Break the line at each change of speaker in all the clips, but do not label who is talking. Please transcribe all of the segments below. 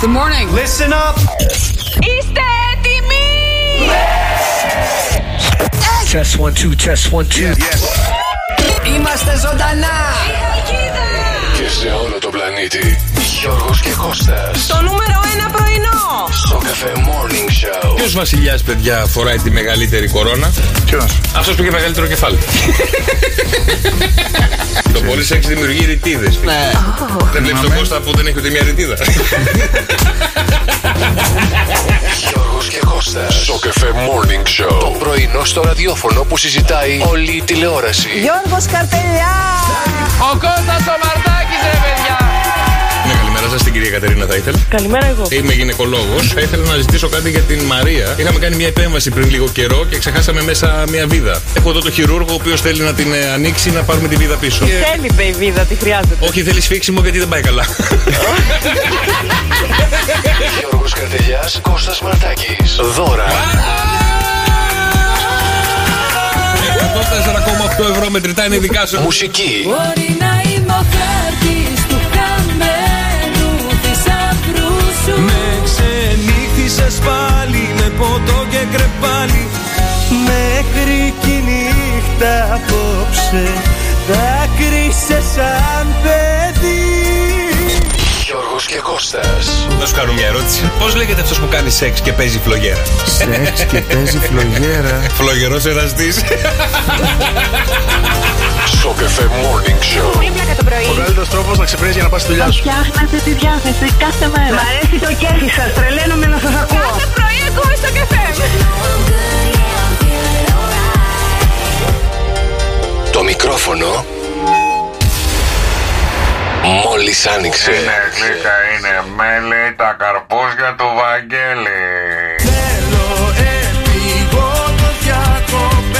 Good morning.
Listen up.
Είστε έτοιμοι!
Test one, two, test one, two.
Είμαστε ζωντανά.
Και σε όλο τον πλανήτη. Γιώργος και Κώστας.
Το νούμερο ένα πρωινό!
Στο καφέ Morning Show.
Ποιος βασιλιάς, παιδιά, φοράει τη μεγαλύτερη κορώνα.
Ποιος.
Αυτός που είχε μεγαλύτερο κεφάλι. Το πολύ σεξ δημιουργεί ρητίδες.
Ναι.
Δεν βλέπεις τον Κώστα που δεν έχει ούτε μια ρητίδα. Ναι,
Γιώργος και Κώστας. Στο καφέ Morning Show. Το πρωινό στο ραδιόφωνο που συζητάει όλη η τηλεόραση.
Γιώργος Καρτελιά!
Ναι, καλημέρα σας, την κυρία Κατερίνα, θα ήθελα.
Καλημέρα εγώ.
Είμαι γυναικολόγος. Θα ήθελα να ζητήσω κάτι για την Μαρία. Είχαμε κάνει μια επέμβαση πριν λίγο καιρό και ξεχάσαμε μέσα μια βίδα. Έχω εδώ το χειρούργο ο οποίος θέλει να την ε, ανοίξει να πάρουμε τη βίδα πίσω. Και-
Θέλει μπεϊβίδα, τη χρειάζεται.
Όχι, θέλει σφίξιμο γιατί δεν πάει καλά.
Γιώργος Καρτελιάς, Κώστας Μαρτάκης. Δώρα.
104,8 ευρώ μετρητά είναι δικά σου.
Μουσική.
Μπορεί να είμαι ο χάρτη του χαμένου θησαυρού σου.
Με ξενύχτησες πάλι με ποτό και κρεπάλι Μέχρι κι η νύχτα απόψε Τα κρίσες σαν παιδί
Γιώργος και Κώστας.
Να σου κάνω μια ερώτηση. Πώς λέγεται αυτός που κάνει σεξ και παίζει φλογέρα.
Σεξ και παίζει φλογέρα
Φλογερός εραστής.
Στο καφέ Morning Show.
Ο καλύτερος τρόπος να ξυπνήσεις για να πας στη δουλειά σου.
Φτιάχνετε τη διάθεση κάθε μέρα.
Μ' αρέσει το κέφι σας, τρελαίνομαι να σας ακούω.
Κάθε πρωί ακούμε στο καφέ.
Το μικρόφωνο. Μόλις άνοιξε.
είναι μέλι τα καρπούζια του Βαγγέλη.
Θέλω επιγόντως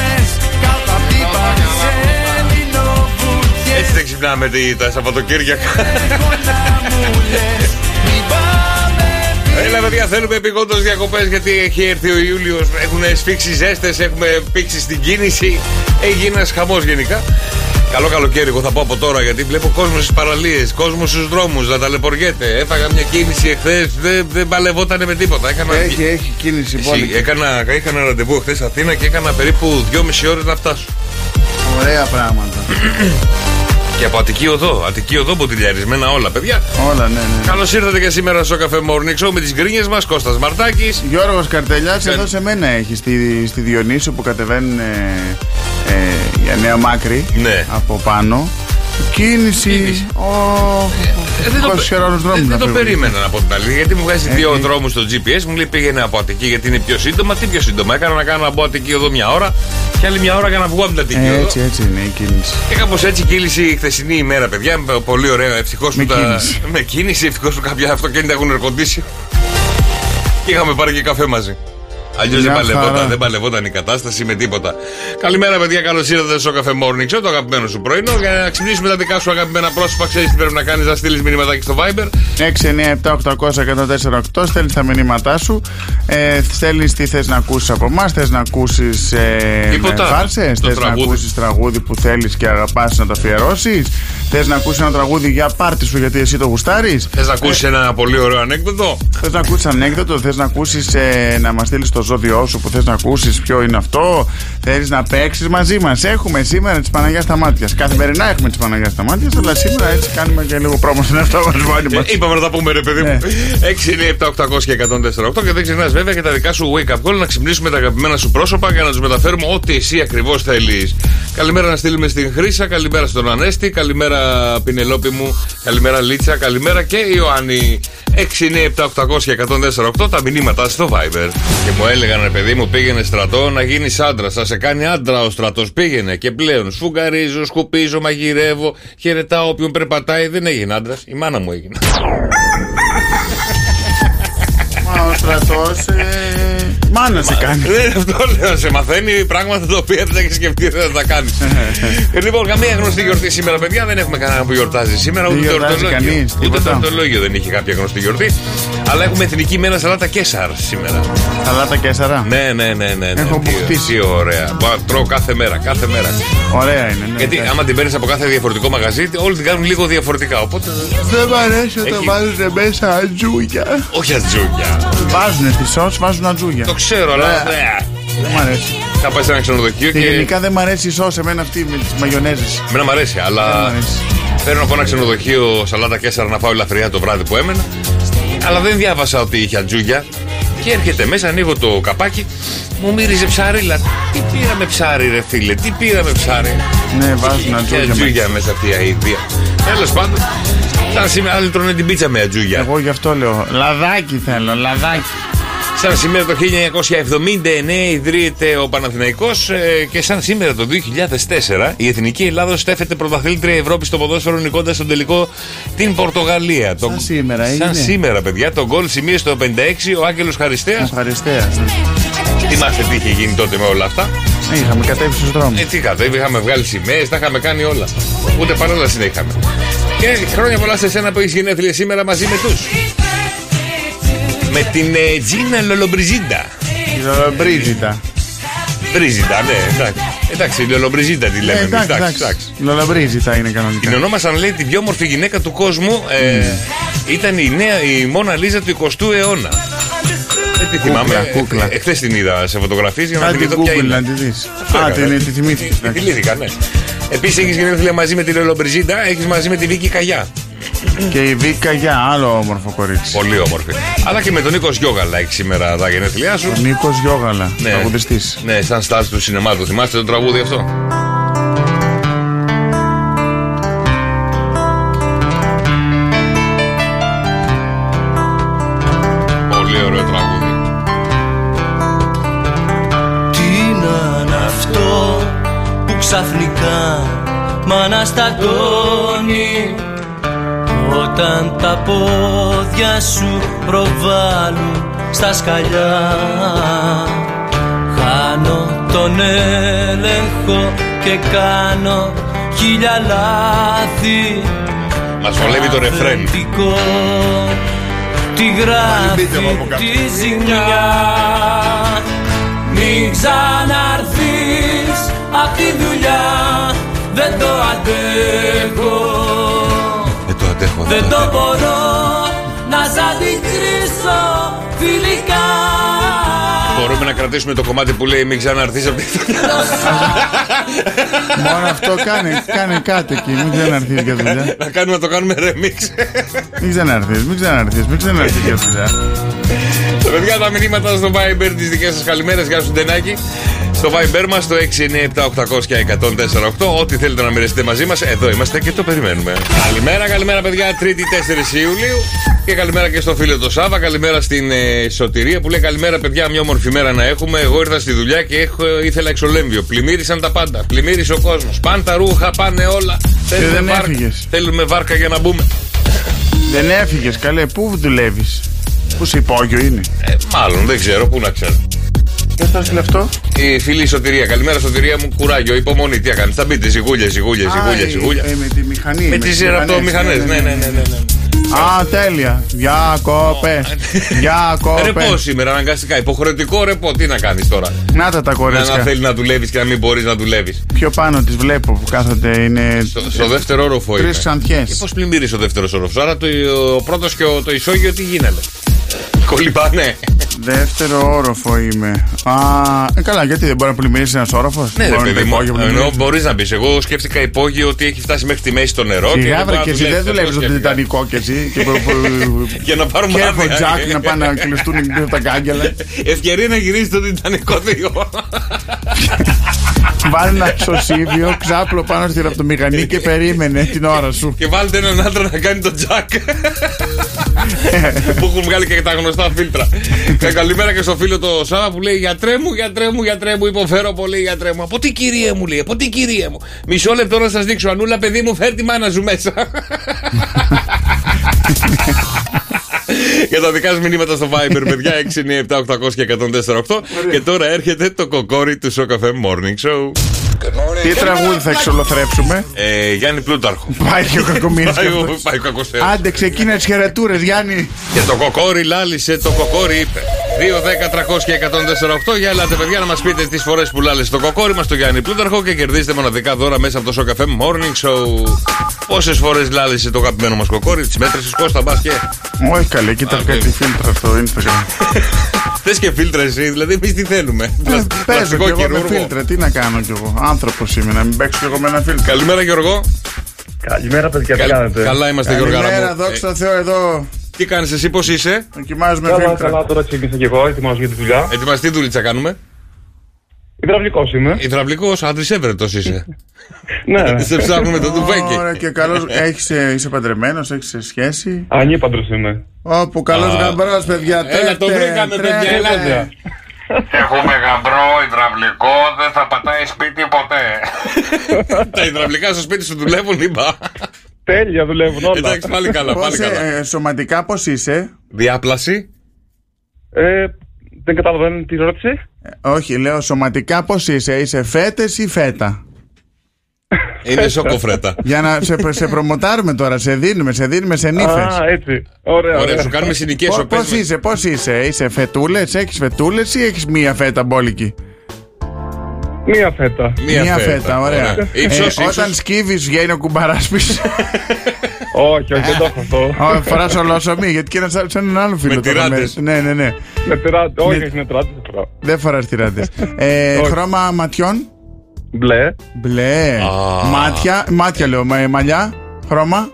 διακοπές Κατά πίπα σε
Έτσι
ελληνοβουτιές
δεν ξυπνάμε τι- τα Σαββατοκύριακα.
Έχω να μου λες Μην πάμε
Έλα, παιδιά, θέλουμε επιγόντως διακοπές γιατί έχει έρθει ο Ιούλιος. Έχουν σφίξει ζέστες, έχουμε πήξει στην κίνηση. Έγινε ένας χαμός γενικά. Καλό καλοκαίρι, εγώ θα πω από τώρα γιατί βλέπω κόσμος στις παραλίες, κόσμος στους δρόμους να ταλαιπωριέται. Έφαγα μια κίνηση εχθές, δεν, δεν παλευότανε με τίποτα. Έκανα,
Έχει, έχει κίνηση
Εσύ,
πολύ.
έκανα, είχα ένα ραντεβού χθε Αθήνα και έκανα περίπου 2,5 ώρες να φτάσω.
Ωραία πράγματα.
Και από Αττική Οδό, Αττική Οδό, μποτιλιαρισμένα όλα, παιδιά.
Όλα, ναι, ναι.
Καλώς ήρθατε και σήμερα στο καφέ Morning Show με τις γκρίνιες μας, Κώστας Μαρτάκης.
Γιώργος Καρτελιάς
Καλ-
εδώ σε μένα έχεις στη, στη Διονύσο που κατεβαίνουν ε, ε, για νέα μάκρη
Ναι.
από πάνω. Κίνηση.
Κίνηση.
Ο...
Ε, δεν το,
Κόστος χερόνους
δεν-
δρόμους
δεν
να
το
φεύγουν.
περίμενα να πω την αλήθεια. Γιατί μου βγάζει
Ε,
δύο
ε.
δρόμους στο GPS, μου λέει πήγαινε από Αττική γιατί είναι πιο σύντομα. Τι πιο σύντομα, έκανα να κάνω από Αττική εδώ μια ώρα και άλλη μια ώρα για να βγω από την Αττική
Ε,
οδό.
έτσι, έτσι είναι η κίνηση.
Και κάπως έτσι κύλησε η χθεσινή ημέρα, παιδιά. Με- Πολύ ωραία. Ευτυχώς
Με
που τα.
κίνηση.
Με κίνηση, ευτυχώς που κάποια αυτοκίνητα έχουν ερκοντήσει. Και είχαμε πάρει και καφέ μαζί. Αλλιώς δεν
Μια
παλευόταν,
χαρά.
δεν παλευόταν η κατάσταση με τίποτα. Καλημέρα, παιδιά. Καλώς ήρθατε στο καφέ Morning Show, το αγαπημένο σου πρωινό. Για να ξυπνήσουμε τα δικά σου αγαπημένα πρόσωπα, ξέρεις τι πρέπει να κάνεις, να στείλεις μηνύματάκι στο Viber.
697-800-1048 στέλνεις τα μηνύματά σου. Ε, στέλνεις τι θες να ακούσεις από εμάς. Θες να ακούσεις ε,
Τίποτα.
φάρσες.
Το
Θες να
τραγούδι.
ακούσεις τραγούδι που θέλεις και αγαπάς να το αφιερώσεις. Θες να ακούσεις ένα τραγούδι για πάρτι σου γιατί εσύ το γουστάρεις.
Θες να
Ε.
ακούσει ένα πολύ ωραίο ανέκδοτο.
Θες να ακούσεις ανέκδοτο, θες να ακούσεις ε, να μας στείλεις το ζώδιό σου που θες να ακούσεις, ποιο είναι αυτό. Θέλεις να παίξεις μαζί μας. Έχουμε σήμερα τη Παναγιάς στα μάτια. Καθημερινά έχουμε τη Παναγιάς στα μάτια, αλλά σήμερα έτσι κάνουμε και λίγο πρόμο στον εαυτό μας.
Ε, Είπαμε να τα πούμε, ρε παιδί μου. 6, 9, 7, 800 και 148. Και δεν ξεχνάς βέβαια και τα δικά σου wake up call να ξυπνήσουμε τα αγαπημένα σου πρόσωπα για να τους μεταφέρουμε ό,τι εσύ ακριβώς θέλεις. Καλημέρα να στείλουμε στην Χρήσα, καλημέρα στον Ανέστη, καλημέρα Πινελόπη μου, καλημέρα Λίτσα, καλημέρα και Ιωάννη. 6, 9, 7, 800 και 148 τα μηνύματα στο Viber. Και μου έλεγαν, ρε παιδί μου, πήγαινε στρατό να γίνεις άντρας. Θα σε κάνει άντρα ο στρατός. Πήγαινε και πλέον σφουγγαρίζω, σκουπίζω, μαγειρεύω, χαιρετάω όποιον περπατάει. Δεν έγινε άντρας. Η μάνα μου έγινε.
στρατός.
ε,
Μάνα σε κάνει.
Δεν αυτό λέω. Σε μαθαίνει πράγματα τα οποία δεν τα έχεις σκεφτεί, δεν τα κάνεις. λοιπόν, καμία γνωστή γιορτή σήμερα, παιδιά. Δεν έχουμε κανένα που γιορτάζει σήμερα.
Δεν
Ούτε
γιορτάζει κανείς,
ορτολόγιο. Ούτε
τίποτα.
το ορτολόγιο δεν είχε κάποια γνωστή γιορτή. Αλλά έχουμε εθνική μέρα σαλάτα κέσσαρ σήμερα.
Σαλάτα και σαρά.
Ναι, ναι, ναι, ναι. ναι.
Έχω
Τι-
αποκτήσει.
Τι ωραία. Μπα- Τρώω κάθε μέρα, κάθε μέρα.
Ωραία είναι. ναι.
Γιατί άμα την παίρνεις από κάθε διαφορετικό μαγαζί, όλοι την κάνουν λίγο διαφορετικά. Οπότε.
Δεν μ' αρέσει όταν
Έχει-
βάζουν μέσα ατζούγια.
Όχι ατζούγια.
Βάζουν τη σο, βάζουν ατζούγια.
Το ξέρω, αλλά. ε,
Δεν μ' αρέσει.
Θα πάει σε ένα ξενοδοχείο
Και
και.
γενικά δεν μ' αρέσει η σο εμένα αυτή με τις μαγιονέζες.
Εμένα μου αρέσει, αλλά
Δεν μ' αρέσει.
παίρνω από ένα ξενοδοχείο σαλάτα 4 να φάω ελαφριά το βράδυ που έμενα. Αλλά δεν διάβασα ότι είχε ατζούγια. Και έρχεται μέσα, ανοίγω το καπάκι, μου μύριζε ψάριλα. Τι πήραμε ψάρι, ρε φίλε, τι πήραμε ψάρι.
Ναι, βάζουν
Και
ατζούγια. μέσα.
ατζούγια μέσα αυτή η αηδία. Τέλος πάντων, σαν σήμερα άλλοι τρώνε την πίτσα με ατζούγια.
Εγώ γι' αυτό λέω. Λαδάκι θέλω, λαδάκι.
Σαν σήμερα το 1979 ιδρύεται ο Παναθηναϊκός ε, και σαν σήμερα το 2004 η Εθνική Ελλάδα στέφεται πρωταθλήτρια Ευρώπης στο ποδόσφαιρο νικώντας στον τελικό την Πορτογαλία. Το-
Σαν σήμερα
Σαν
έγινε.
σήμερα, παιδιά. Το γκολ σημείωσε το 56 ο Άγγελος Χαριστέας.
Ευχαριστέα.
Θυμάστε τι είχε γίνει τότε με όλα αυτά.
Είχαμε κατέβει στους δρόμους.
Ε, τι κάτω, είχαμε βγάλει σημαίες, τα είχαμε κάνει όλα. Ούτε παρέλαση δεν είχαμε. Και χρόνια πολλά σε σένα που έχεις γενέθλια σήμερα μαζί με τους. Με την ε, Τζίνα Λολομπριζίντα.
Λολομπρίζιτα.
Μπρίζιντα, ναι, εντάξει. Εντάξει, η Λολομπριζίντα τη λέμε.
Ε,
εμείς, εντάξει, εντάξει.
Λολομπρίζιτα είναι
Την
κανονικά.
ονόμασαν, λέει, τη πιο όμορφη γυναίκα του κόσμου. Ε,
Mm.
Ήταν η νέα, η Μόνα Λίζα του 20ου αιώνα. Δεν τη θυμάμαι.
Κούκλα, κούκλα.
Εχθέ την είδα σε φωτογραφίες για να
Κάτι
θυμηθώ ποια
Google να
είναι.
τη δεις.
Αυτό
Α,
έκανα.
την τη θυμήθηκες,
Τη
εντάξει.
θυμήθηκα, ναι. Επίσης έχεις γενέθλια μαζί με τη Λολομπριζίντα, έχεις μαζί με τη Βίκη Καγιά.
Και η Βίκα για άλλο όμορφο κορίτσι.
Πολύ όμορφη. Αλλά και με τον Νίκος Γιώγαλα έχει σήμερα τα γενέθλιά σου.
Ο Νίκος Γιώγαλα,
Ναι.
τραγουδιστής.
Ναι, σαν στάση του σινεμά. Το θυμάστε το τραγούδι αυτό. Πολύ ωραίο τραγούδι.
Τι να είναι αυτό που ξαφνικά μ' αναστατώνει Όταν τα πόδια σου προβάλλουν στα σκαλιά Χάνω τον έλεγχο και κάνω χίλια λάθη
Μας βολεύει το ρεφρέν.
Αφεντικό, Τι γράφει
μπείτε μου από κάτω.
τη ζημιά Μην ξαναρθείς απ' τη δουλειά Δεν το αντέχω
Δεν το αντέχω.
Δεν το μπορώ να σ' αντικρίσω φιλικά
Μπορούμε να κρατήσουμε το κομμάτι που λέει Μην ξαναρθείς από τη δουλειά.
Μόνο αυτό κάνε, κάνε κάτι εκεί. Μην ξαναρθείς για δουλειά.
να κάνουμε να το κάνουμε remix.
Μην ξαναρθείς, μην ξαναρθείς, μην ξαναρθείς για δουλειά.
Τα Παιδιά, τα μηνύματα στο Viber τις δικές σας καλημέρες. Γεια σου, Ντενάκη. Στο Viber μας το 697-800-1048. Ό,τι θέλετε να μοιραστείτε μαζί μας, εδώ είμαστε και το περιμένουμε. Καλημέρα, καλημέρα, παιδιά. Τρίτη 4 Ιουλίου. Και καλημέρα και στο φίλο το Σάβα. Καλημέρα στην ε, Σωτηρία που λέει Καλημέρα, παιδιά. Μια όμορφη μέρα να έχουμε. Εγώ ήρθα στη δουλειά και έχω, ε, ήθελα εξολέμβιο. Πλημμύρισαν τα πάντα. Πλημμύρισε ο κόσμος. Πάνε τα ρούχα, πάνε όλα. Θέλουμε
δεν
βάρκα.
έφυγες.
Θέλουμε βάρκα για να μπούμε.
Δεν έφυγες, καλέ, πού δουλεύεις. Πού σε υπόγειο είναι.
Ε, μάλλον δεν ξέρω, πού να ξέρω.
Ποιο το έστειλε αυτό.
Η φίλη Σωτηρία. Καλημέρα, Σωτηρία μου. Κουράγιο, υπομονή. Τι έκανε. Θα μπείτε ζυγούλια, ζυγούλια, ζυγούλια,
Α,
ζυγούλια.
ε, ε, Με τη μηχανή.
Με τι ραπτομηχανέ. Ναι, ναι, ναι. ναι, ναι.
Α, τέλεια. Διακόπε.
Ρεπό
Διακόπε.
σήμερα, αναγκαστικά. Υποχρεωτικό ρεπό. Τι να κάνεις τώρα.
Να τα τα
Να, να
κορίτσια.
θέλει να δουλεύεις και να μην μπορείς να δουλεύεις.
Πιο πάνω τις βλέπω που κάθονται είναι.
Στο, στο δεύτερο όροφο
Τρεις
είναι.
ξανθιές.
Και πώς πλημμύρισε ο δεύτερος όροφος. Άρα το, ο πρώτος και ο, το ισόγειο τι γίνανε. Κολυμπάνε. Λοιπόν.
Δεύτερο όροφο είμαι. Α, ε, καλά, γιατί δεν μπορεί να πλημμυρίσει ένας όροφος.
Ναι, ρε παιδί μου. Ενώ μπορείς να μπεις. Εγώ σκέφτηκα υπόγειο ότι έχει φτάσει μέχρι τη μέση το νερό.
Σιγά
δεν
βρε,
μπορεί
και
να
εσύ δεν
δουλεύεις. Αυτό
δουλεύει στον
σκέφτηκα.
Τιτανικό και εσύ. Και που- που-
Για να πάρουμε
και
άδεια.
έχω τζακ να πάνε να κλειστούν τα κάγκελα.
Ευκαιρία να γυρίσει το Τιτανικό 2.
Βάλει ένα ξωσίβιο ξάπλο πάνω στη ραπτομηχανή και περίμενε την ώρα σου.
και βάλτε έναν άντρα να κάνει το τζακ. που έχουν βγάλει και τα γνωστά φίλτρα. Ε, καλημέρα και στο φίλο το Σάβα που λέει Γιατρέ μου, γιατρέ μου, γιατρέ μου, υποφέρω πολύ, γιατρέ μου. Από τι κυρία μου λέει, από τι κυρία μου. Μισό λεπτό να σας δείξω. Ανούλα, παιδί μου, φέρ τη μάνα σου μέσα. για τα δικά σας μηνύματα στο Viber, παιδιά. 6, 9, 7, 800 και 148. Και τώρα έρχεται το κοκόρι του Σοκαφέ Morning Show.
Τι τραγούδι θα εξολοθρέψουμε.
Ε, Γιάννη Πλούταρχο.
Πάει και ο κακομοίρης
Πάει
και
ο-
αυτός.
Πάει ο κακός θεός.
Άντε, ξεκίνα τι χαιρετούρες, Γιάννη.
Και το κοκόρι λάλησε, το κοκόρι είπε. 2, 10, 300 και 148. Για έλατε, παιδιά, να μας πείτε τις φορές που λάλησε το κοκόρι μας, το Γιάννη Πλούταρχο και κερδίστε μοναδικά δώρα μέσα από το Σοκαφέ Morning Show. Πόσες φορές λάλησε το αγαπημένο μας κοκόρι, τις μέτρησε Κώστα, μπας και.
Όχι καλέ, κοίτα κάτι φίλτρα στο Instagram.
Θες και φίλτρα εσύ, δηλαδή εμείς τι θέλουμε. Πλασ-
Ε, Παίζω κι
Πλαστικό
εγώ με
χειρούργο.
φίλτρα, τι να κάνω κι εγώ. Άνθρωπος είμαι, να μην παίξω κι εγώ με ένα φίλτρο.
Καλημέρα Γιώργο.
Καλημέρα, παιδιά, τι
Καλ-
κάνετε.
Καλά είμαστε Γιώργο. Ε,
Καλημέρα, δόξα τω Θεώ, εδώ
Τι κάνεις εσύ, πώς είσαι.
δοκιμάζουμε
Καλά,
φίλτρα.
καλά, τώρα ξεκίνησα και εγώ, ετοιμάζω για τη δουλειά.
Ετοιμαστεί δουλίτσα κάνουμε.
Υδραυλικός είμαι.
Υδραυλικός, άντρης έβρετος είσαι.
ναι,
Ε, Σε ψάχνουμε το τουφέκι.
Ωραία και καλός, έχεις, ε, είσαι παντρεμένος, έχεις ε, σχέση.
ανήπαντρος είμαι.
Όπου καλός γαμπρός, παιδιά.
Έλα, το
τρέχτε,
βρήκαμε, παιδιά,
τρέχτε.
έλα,
Βέβαια.
Έχουμε γαμπρό, υδραυλικό, δεν θα πατάει σπίτι ποτέ.
Τα υδραυλικά στο σπίτι σου δουλεύουν, είπα.
Τέλεια δουλεύουν όλα.
Εντάξει, πάλι καλά, πάλι
Πώς,
καλά.
ε, ε, σωματικά πώς είσαι.
Διάπλαση.
Ε, δεν καταλαβαίνω την ερώτηση.
Ε, Όχι, λέω σωματικά πώς είσαι. Είσαι φέτες ή φέτα.
Είναι σοκοφρέτα.
Για να σε, σε προμοτάρουμε τώρα, σε δίνουμε, σε δίνουμε σε
Α,
νύφες.
έτσι. Ωραία,
Ωραία,
ωραία.
σου κάνουμε συνοικίες
Πο- Πώς είσαι, πώς είσαι. Είσαι φετούλες, έχεις φετούλες ή έχεις μία φέτα μπόλικη.
Μία φέτα.
Μία φέτα, ωραία.
Ήψος,
Ε, Όταν
ύψος.
σκύβεις βγαίνει ο κουμπαράς πίσω.
όχι, όχι, δεν το έχω αυτό.
Ω, Φοράς ολόσωμη, γιατί και ένας σαν έναν άλλο φίλο.
Με
τώρα
τυράντες.
Ναι, ναι, ναι.
με τυράτε, όχι,
Ναι.
όχι, με τυράτε. δεν φοράω.
Δεν φοράς τυράντες. Ε,
Όχι.
χρώμα ματιών.
Μπλε,
Μπλε.
Α.
Μάτια, μάτια λέω, μα- ε, μαλλιά. Χρώμα.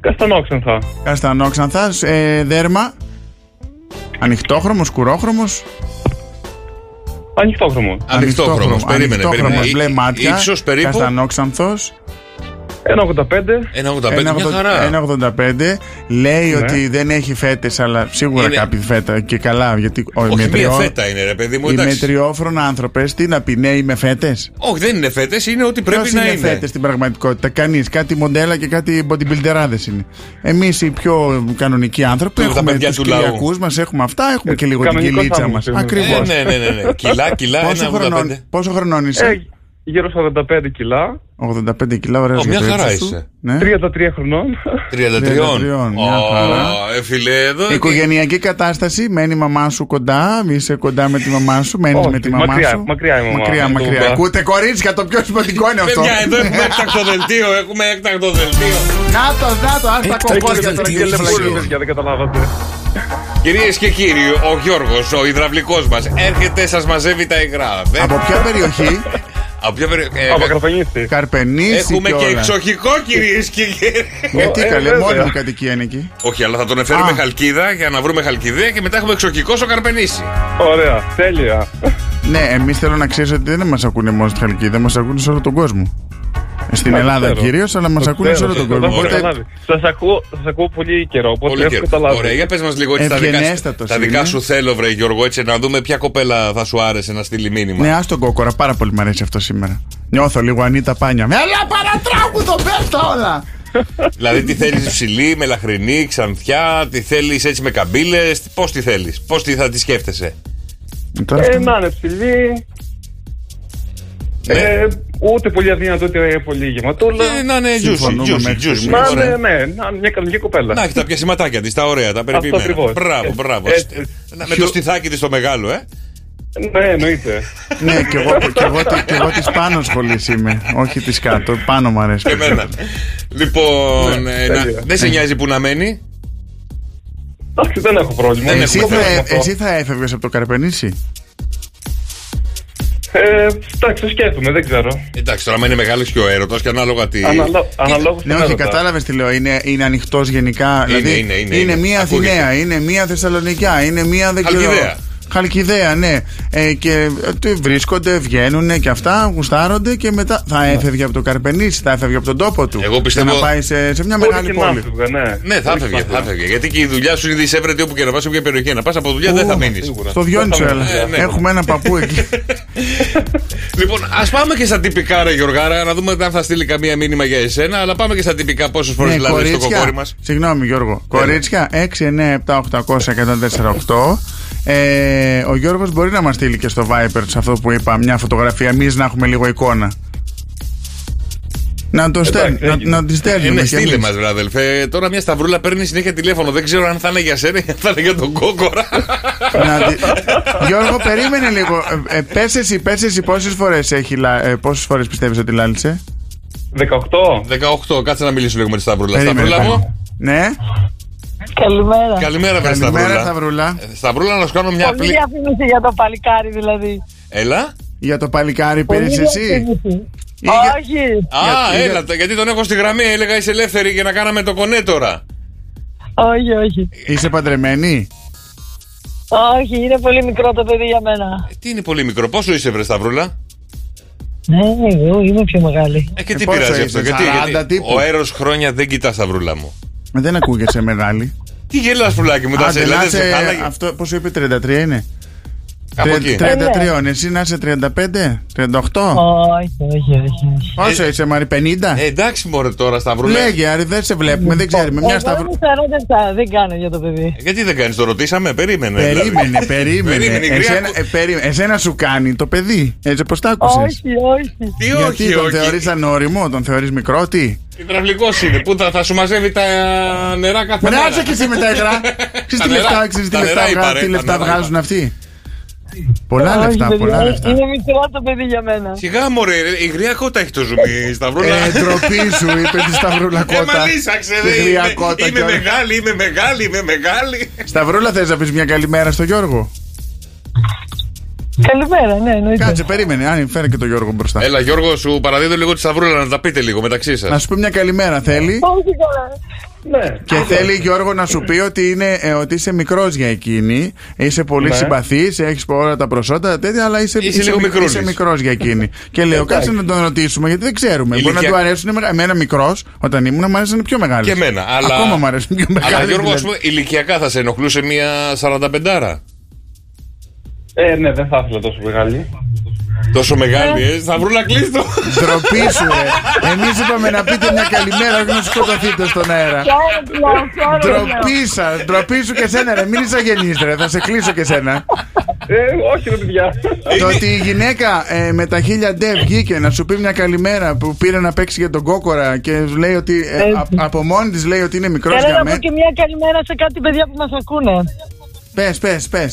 καστανόξενθα.
Καστανόξανθας. Ε, δέρμα. Ανοιχτόχρωμος, σκουρόχρωμος.
Ανοιχτόχρωμο.
Ανοιχτόχρωμος. Περίμενε,
Ανοιχτόχρωμος,
περίμενε.
Μπλε μάτια.
Ήψο περίπου
Καστανόξανθος.
1,85.
1,85. Μια
1,80
χαρά.
1,85. Λέει
Ναι.
ότι δεν έχει φέτες αλλά σίγουρα
Είναι-
κάποιοι φέτα και καλά. Γιατί ο
Όχι, μία
μετριό-
φέτα είναι, ρε παιδί μου.
Οι
εντάξει.
μετριόφρονα άνθρωπες τι να πει, ναι, είμαι φέτες.
Όχι, δεν είναι φέτες, είναι ό,τι
Ποιο
πρέπει να
είναι
είναι.
φέτες στην πραγματικότητα, κανείς. Κάτι μοντέλα και κάτι bodybuilderάδε είναι. Εμείς οι πιο κανονικοί άνθρωποι
Τα
έχουμε
παιδιά
τους
του λαού.
κυλιακού μας, έχουμε αυτά,
Ε,
έχουμε και λίγο την
κανονικός
κυλίτσα μα.
άνθρωπος είμαι.
Ακριβώς.
Ε, Ναι, ναι, ναι, ναι. Κιλά, κιλά,
Πόσο, χρονών,
1,85.
πόσο χρονών
Ε,
είσαι,
γύρω στα 85 κιλά.
85 κιλά, ωραίο
Ω, μια χαρά είσαι.
Ναι.
33 χρονών.
33.
33, μια χαρά.
Ω, ε, φίλε, εδώ.
Η οικογενειακή κατάσταση, μένει η μαμά σου κοντά, είσαι κοντά με τη μαμά σου, μένεις
Όχι,
με τη μαμά
μακριά,
σου.
μακριά η μαμά.
Μακριά,
Δεν το
μακριά.
είπα.
Ακούτε κορίτσια, το πιο σημαντικό είναι αυτό.
Παιδιά, εδώ έχουμε έκτακτο δελτίο. Έχουμε έκτακτο δελτίο.
Να το, να το, ας τα
Έκτακτο
κοκόρια τώρα
δελτίο
και
της
λεπτά.
Πολύ παιδιά, δεν καταλάβατε.
Κυρίες και κύριοι, ο Γιώργος, ο υδραυλικός μας, έρχεται, σας μαζεύει τα υγρά. Δεν-
Από ποια περιοχή,
Από ποια περι- ε,
Από καρπενίστη.
Καρπενήσι
Έχουμε και
κιόλας.
εξοχικό, κυρίε και κύριοι.
Γιατί
Ε,
καλέ,
βέβαια.
μόνιμη κατοικία είναι εκεί.
Όχι, αλλά θα τον φέρουμε
Α.
χαλκίδα για να βρούμε χαλκιδία και μετά έχουμε εξοχικό στο Καρπενήσι.
Ωραία, τέλεια.
Ναι, εμείς θέλω να ξέρεις ότι δεν μας ακούνε μόνο στη Χαλκίδα, μας ακούνε σε όλο τον κόσμο. Στην
Να,
Ελλάδα
ξέρω.
κυρίως, αλλά μας ακούνε σε όλο τον κόσμο. Οπότε
Σας ακούω, σας ακούω πολύ καιρό, οπότε
Πολύ
έχω
καιρό.
καταλάβει.
Ωραία, για πες μας λίγο έτσι τα δικά, σου,
Ευγενέστατος
τα δικά
είναι.
σου θέλω, βρε Γιώργο, έτσι να δούμε ποια κοπέλα θα σου άρεσε να στείλει μήνυμα.
ναι, α τον κόκορα, πάρα πολύ μου αρέσει αυτό σήμερα. Νιώθω λίγο ανίτα πάνια. Με αλλά παρατράγουδο, πε τα όλα!
Δηλαδή, τι θέλεις ψηλή, μελαχρινή, ξανθιά, τι θέλεις έτσι με καμπύλες, πώς τη θέλεις, πώς τη θα τη σκέφτεσαι.
Τώρα
Ε,
αυτό-
να είναι ψηλή.
Ναι.
Ε, ούτε πολύ αδύνατο, ούτε πολύ γεματούλα.
Ε, Να είναι juicy,
Συμφωνούμε
juicy,
μέχρι
juicy.
Να
ωραία.
είναι, ναι, να είναι μια κανονική κοπέλα.
Να έχει τα πιασηματάκια της, τα ωραία, τα περιποιημένα.
ακριβώς.
Μπράβο,
Ε,
μπράβο.
έτσι.
Να- Με το στιθάκι της το μεγάλο, ε.
Ναι, εννοείται.
Ναι, και εγώ, και εγώ, τη- και εγώ της πάνω σχολή είμαι. Όχι της κάτω, πάνω μου αρέσει.
Εμένα. Λοιπόν,
Ναι,
ε, να-
τέλεια.
δεν σε νοιάζει που να μένει.
Εντάξει, δεν έχω πρόβλημα.
Δεν
Εσύ
έχουμε
θα,
θέμα αυτό.
εσύ θα έφευγες από το Καρπενήσι. Ναι,
Ε, εντάξει, το σκέφτομαι, δεν ξέρω.
Εντάξει, τώρα μένει μεγάλο και ο έρωτας και ανάλογα τι.
Αναλο... Αναλόγω
Ε, Ναι, όχι, κατάλαβες τι λέω. Είναι, είναι ανοιχτός γενικά.
Είναι,
δηλαδή,
είναι, είναι, είναι.
μία
Ακούγεται.
Αθηναία, είναι μία Θεσσαλονικιά, είναι μία δεν ξέρω.
Χαλκιδαία.
Χαλκιδέα, ναι. Ε, και ε, τι βρίσκονται, βγαίνουν και αυτά, γουστάρονται και
Ναι.
μετά θα έφευγε από το Καρπενήσι, θα έφευγε από τον τόπο του.
Εγώ πιστεύω-
Για να πάει σε, σε μια
Μπορεί
μεγάλη
και να
πόλη.
έφευγα, Ναι, θα έφευγε, θα έφευγε. Γιατί και η δουλειά σου είναι δισεύρετη όπου και να πα σε όποια περιοχή. Να πας από δουλειά δεν θα Ε, ναι. μείνεις.
Στο Διόνυσο, έλα. Έχουμε ένα παππού εκεί.
Λοιπόν, ας πάμε και στα τυπικά, ρε Γιωργάρα, να δούμε αν θα στείλει καμία μήνυμα για εσένα. Αλλά πάμε και στα τυπικά πόσες φορές
Ναι,
δηλαδή στο
κορίτσια.
κοκόρι Ναι. μας.
Συγγνώμη, Γιώργο. Κορίτσια, 697-800-1048. Ε, ο Γιώργος μπορεί να μας στείλει και στο Viper σε αυτό που είπα μια φωτογραφία εμείς να έχουμε λίγο εικόνα να το στέλν, να, να τη
Ε,
στέλνουμε
ναι,
κι
στείλε
εμείς.
μας, βρε αδελφέ. Τώρα μια σταυρούλα παίρνει συνέχεια τηλέφωνο. Δεν ξέρω αν θα είναι για σένα ή αν θα είναι για τον κόκορα.
Να τη- Γιώργο περίμενε λίγο ε, ε, πες εσύ, πες εσύ πόσες φορές, έχει, λα- ε, πόσες φορές πιστεύεις ότι
Ε,
λάλησε
18. 18, κάτσε να μιλήσω λίγο με τη σταυρούλα.
Περίμενε,
Σταυρούλα μου. Ε,
Ναι
Καλημέρα.
Καλημέρα, βρε
Καλημέρα
Σταυρούλα.
Σταυρούλα
Ε, Σταυρούλα, να σου κάνω μια
Πολύ
απλή.
διαφήμιση για το παλικάρι δηλαδή.
Έλα.
Για το παλικάρι πήρε
Πολύ
εσύ
διαφήμιση.
Ή για-
Όχι,
Α,
για-
έλα, τα- γιατί τον έχω στη γραμμή. Έλεγα είσαι ελεύθερη και να κάναμε το κονέ τώρα.
όχι, όχι.
Είσαι παντρεμένη
Όχι, είναι πολύ μικρό το παιδί για μένα.
Ε, Τι είναι πολύ μικρό, πόσο είσαι, βρε Σταυρούλα.
Ναι, εγώ είμαι πιο μεγάλη.
Ε, και τι
Ε, πόσο
πειράζει
είσαι,
αυτό, γιατί,
40
γιατί
τύπου.
ο αέρος χρόνια δεν κοιτά, Σταυρούλα μου.
Δεν ακούγεσαι μεγάλη
Τι γελάς, φουλάκι μου, τα σε
Άντε, να
ελάτε, σε
είσαι-
Ε, χάλαγε.
Αυτό που σου είπε 33 είναι.
Κάπου
Ε, ναι.
εκεί.
33, εσύ να είσαι 35, 38.
Όχι, όχι, όχι. όχι.
Όσο είσαι, Μαρή, 50.
Ε, ναι. εντάξει, μωρέ τώρα, Σταυρούλα.
Λέγε, Άρη, δεν σε βλέπουμε, δεν ξέρουμε. Μια
Ε, Εγώ
σταυρό.
είμαι 47, δεν κάνω για το παιδί.
Γιατί δεν κάνεις, το ρωτήσαμε, περίμενε.
Περίμενε,
δηλαδή.
περίμενε.
Περίμενε, η
Εσένα,
Γκριά-
ε, περίμενε. Εσένα σου κάνει το παιδί. Έτσι, πώς τα άκουσες.
Όχι, όχι.
Τι
Γιατί
όχι,
τον
όχι.
θεωρείς ανώριμο, τον θεωρείς μικρό, τι.
Υδραυλικός είναι που θα, θα σου μαζεύει τα νερά κάθε μέρα.
Μοιράζε και εσύ με τα υγρά. Ξέρεις
Τα
τι
νερά-
λεφτά, ξέρεις τι
τα
λεφτά
νερά
βγα-
είπα, ρε,
τι
τα
λεφτά
νερά
βγάζουν
είπα.
αυτοί. Πολλά
Όχι,
λεφτά,
παιδιά, ε,
πολλά λεφτά.
Είναι μικρό το παιδί για μένα.
Σιγά μωρέ, η γριά κότα έχει το ζουμί, Σταυρούλα.
Ε, ντροπή σου, είπε τη Σταυρούλα
Ε,
Κότα.
μα λύσαξε,
Τη
δε,
Γρία
είμαι-
Κότα
Είμαι
και όλα.
μεγάλη, είμαι μεγάλη, είμαι μεγάλη.
Σταυρούλα, θες να πεις μια καλημέρα στο Γιώργο.
Καλημέρα, ναι, εννοείται.
Κάτσε, περίμενε. Αν φέρε και το Γιώργο μπροστά.
Ε, Έλα, Γιώργο, σου παραδίδω λίγο τη Σταυρούλα να τα πείτε λίγο μεταξύ σας.
Να σου πει μια καλημέρα θέλει.
Ε,
Όχι καλά.
Ναι.
Και θέλει Γιώργο να σου πει ότι, είναι, ε, ότι είσαι μικρός για εκείνη. Είσαι πολύ
Ναι.
συμπαθής, έχεις όλα τα προσόντα, τέτοια, αλλά είσαι,
Είσαι λίγο
μικ-
μικρούλης.
είσαι μικρός για εκείνη. και λέω, κάτσε να τον ρωτήσουμε, γιατί δεν ξέρουμε. Μπορεί να
Ηλικιακ-
του αρέσουν. μεγα- Εμένα μικρός, όταν ήμουν, μου αρέσουν πιο μεγάλες.
Και εμένα, αλλά-
Ακόμα μου αρέσουν πιο δηλαδή. μεγάλε.
Αλλά Γιώργο, ας πούμε, ηλικιακά θα σε ενοχλούσε μια 45
Ε, ναι, δεν θα ήθελα τόσο μεγάλη.
Τόσο μεγάλη, ε. Σταυρούλα, κλείστο.
Ντροπή σου, ε. Εμείς είπαμε να πείτε μια καλημέρα, όχι να σκοτωθείτε στον αέρα.
Sorry, πλάω, sorry, πλάω.
Ντροπή σα, ντροπή σου και σένα, ρε. Μην είσαι αγενής, ρε. Θα σε κλείσω και σένα.
Ε, όχι ρε παιδιά.
Το ότι η γυναίκα ε, με τα χίλια ντε βγήκε να σου πει μια καλημέρα που πήρε να παίξει για τον κόκορα και σου λέει ότι. ε, α- από μόνη της λέει ότι είναι μικρός
Θέλω
για
να πω
μένα.
και μια καλημέρα σε κάτι παιδιά που μας ακούνε.
Πες, πες, πες.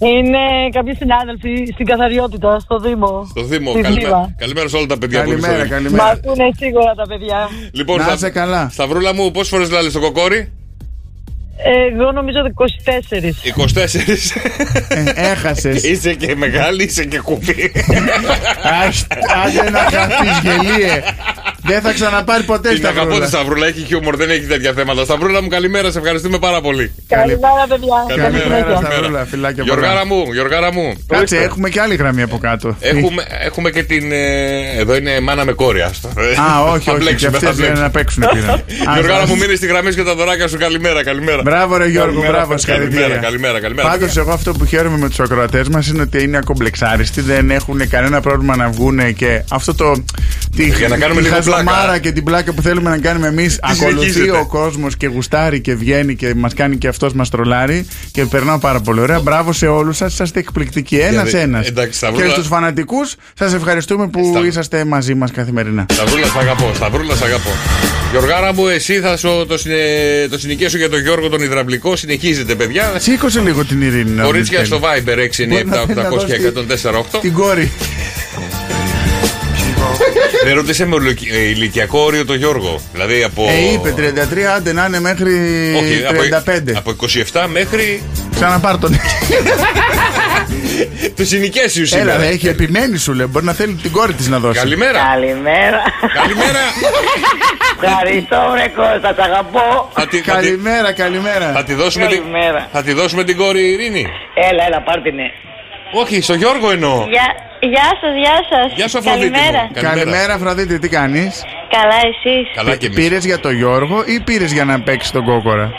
Είναι κάποιοι συνάδελφοι στην καθαριότητα, στο Δήμο.
Στο Δήμο,
Στη
καλημέρα.
Βίβα.
Καλημέρα σε όλα τα παιδιά που είναι στο
Καλημέρα,
Δήμο.
Μ'
καλημέρα.
ακούνε σίγουρα τα παιδιά.
Λοιπόν,
Να
Στα-
είσαι καλά.
Σταυρούλα μου, πόσες φορές λάλες το κοκόρι,
Ε,
Εγώ νομίζω ότι 24.
24.
Ε, Έχασες.
Είσαι και μεγάλη, είσαι και κουμπί.
Άντε να χαθείς, γελίε. Δεν θα ξαναπάρει ποτέ
Την
στα
αγαπώ τη
βρούλα.
Σταυρούλα, έχει χιούμορ, δεν έχει τέτοια θέματα. Σταυρούλα μου, καλημέρα, σε ευχαριστούμε πάρα πολύ.
Καλημέρα, παιδιά. Καλή
Καλημέρα,
συνέχεια.
Σταυρούλα, φιλάκια πολλά.
Γιωργάρα μου, Γιωργάρα μου.
Κάτσε, έχουμε και άλλη γραμμή από κάτω.
Έχουμε, έχουμε και την. ε, εδώ είναι μάνα με κόρη, άστο.
Α, όχι,
Θα
όχι. Και
μπλέξουμε,
αυτέ
θα
λένε
μπλέξουμε.
να παίξουν πήραν.
Γιωργάρα
Ας-
μου, μείνεις στη γραμμή σου και τα δωράκια σου. Καλημέρα, καλημέρα.
Μπράβο, ρε Γιώργο,
Καλημέρα,
μπράβο,
καλημέρα,
συγχαρητήρια.
καλημέρα, καλημέρα.
Πάντως, εγώ αυτό που χαίρομαι με τους ακροατές μας είναι ότι είναι ακομπλεξάριστοι, δεν έχουν κανένα πρόβλημα να βγουν και αυτό το. Τη,
Για να κάνουμε
τη
λίγο πλάκα.
χαζομάρα και την πλάκα που θέλουμε να κάνουμε εμείς. Ακολουθεί
συνεχίζετε.
ο κόσμος και γουστάρει και βγαίνει και μας κάνει και αυτός μας τρολάρει και περνάω πάρα πολύ ωραία. Μπράβο σε όλους σας, είσαστε εκπληκτικοί.
δε-
Ένα-ένα.
εντάξει, Σταυρούλα.
Και στους φανατικούς, σας ευχαριστούμε που
Σταυρ-
είσαστε μαζί μας καθημερινά.
Σταυρούλα, σ' αγαπώ, Σταυρούλα, σ' αγαπώ. Γιωργάρα μου, εσύ θα σου, το, συνε, το συνοικέσω για τον Γιώργο τον Ιδραυλικό. Συνεχίζεται, παιδιά.
Σήκωσε λίγο την ειρήνη. να
Κορίτσια
μην
στο Viber 697 800 και
800 Την
1048.
κόρη.
Δεν ρωτήσε με ολοκι- ε, ηλικιακό όριο το Γιώργο. Δηλαδή από.
Ε, είπε 33, άντε να είναι μέχρι
Όχι, από-
35.
Από 27 μέχρι.
Ξαναπάρ τον.
Τους συνοικέσιου σήμερα.
Έλα, ρε, έχει επιμένει σου, λέει. Μπορεί να θέλει την κόρη της να δώσει.
Καλημέρα.
Καλημέρα.
Καλημέρα.
Ευχαριστώ, ρε Κώστα, σ' αγαπώ.
Θα τη- θα τη-
Καλημέρα, καλημέρα.
Θα τη δώσουμε, την,
Καλημέρα.
θα τη δώσουμε την κόρη Ειρήνη.
Έλα, έλα, πάρτε ναι.
Όχι, στο Γιώργο εννοώ.
Γεια, γεια σας, γεια σας.
Γεια σου, Αφροδίτη μου.
Καλημέρα.
Καλημέρα, Αφροδίτη, τι κάνεις.
Καλά, εσείς.
Καλά και εμείς.
Πήρες για τον Γιώργο ή πήρες για να παίξεις τον κόκορα.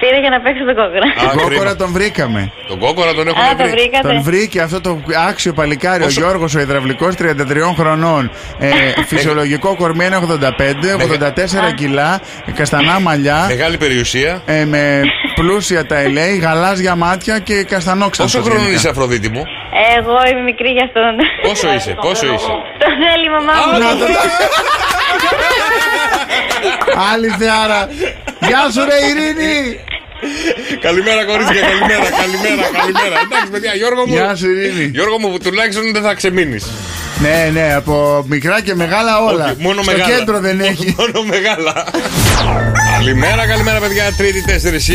Πήρα για να παίξω τον κόκορα.
Τον κόκορα
κρίμα.
τον βρήκαμε.
Τον κόκορα τον
Α,
έχουμε
τον
βρει.
βρήκατε.
Τον βρήκε αυτό το άξιο παλικάρι,
Όσο-
ο Γιώργο, ο υδραυλικό 33 χρονών. Ε, φυσιολογικό κορμί 1,85, 84 κιλά, καστανά μαλλιά.
Μεγάλη περιουσία.
ε, με πλούσια τα ελέη, γαλάζια μάτια και καστανό
Πόσο χρόνο είσαι, Αφροδίτη μου.
Εγώ είμαι μικρή για αυτόν.
Πόσο είσαι, πόσο είσαι.
Το θέλει η μαμά μου.
Να το- Άλλη θεάρα. Γεια σου, ρε Ειρήνη!
Καλημέρα, κορίτσια, καλημέρα, καλημέρα, καλημέρα. Εντάξει, παιδιά, Γιώργο μου.
Γεια σου, Ειρήνη.
Γιώργο μου, που τουλάχιστον δεν θα ξεμείνεις.
Ναι, ναι, από μικρά και μεγάλα όλα.
Μόνο
Στο
μεγάλα.
κέντρο δεν έχει.
Μόνο μεγάλα. Καλημέρα, καλημέρα παιδιά. Τρίτη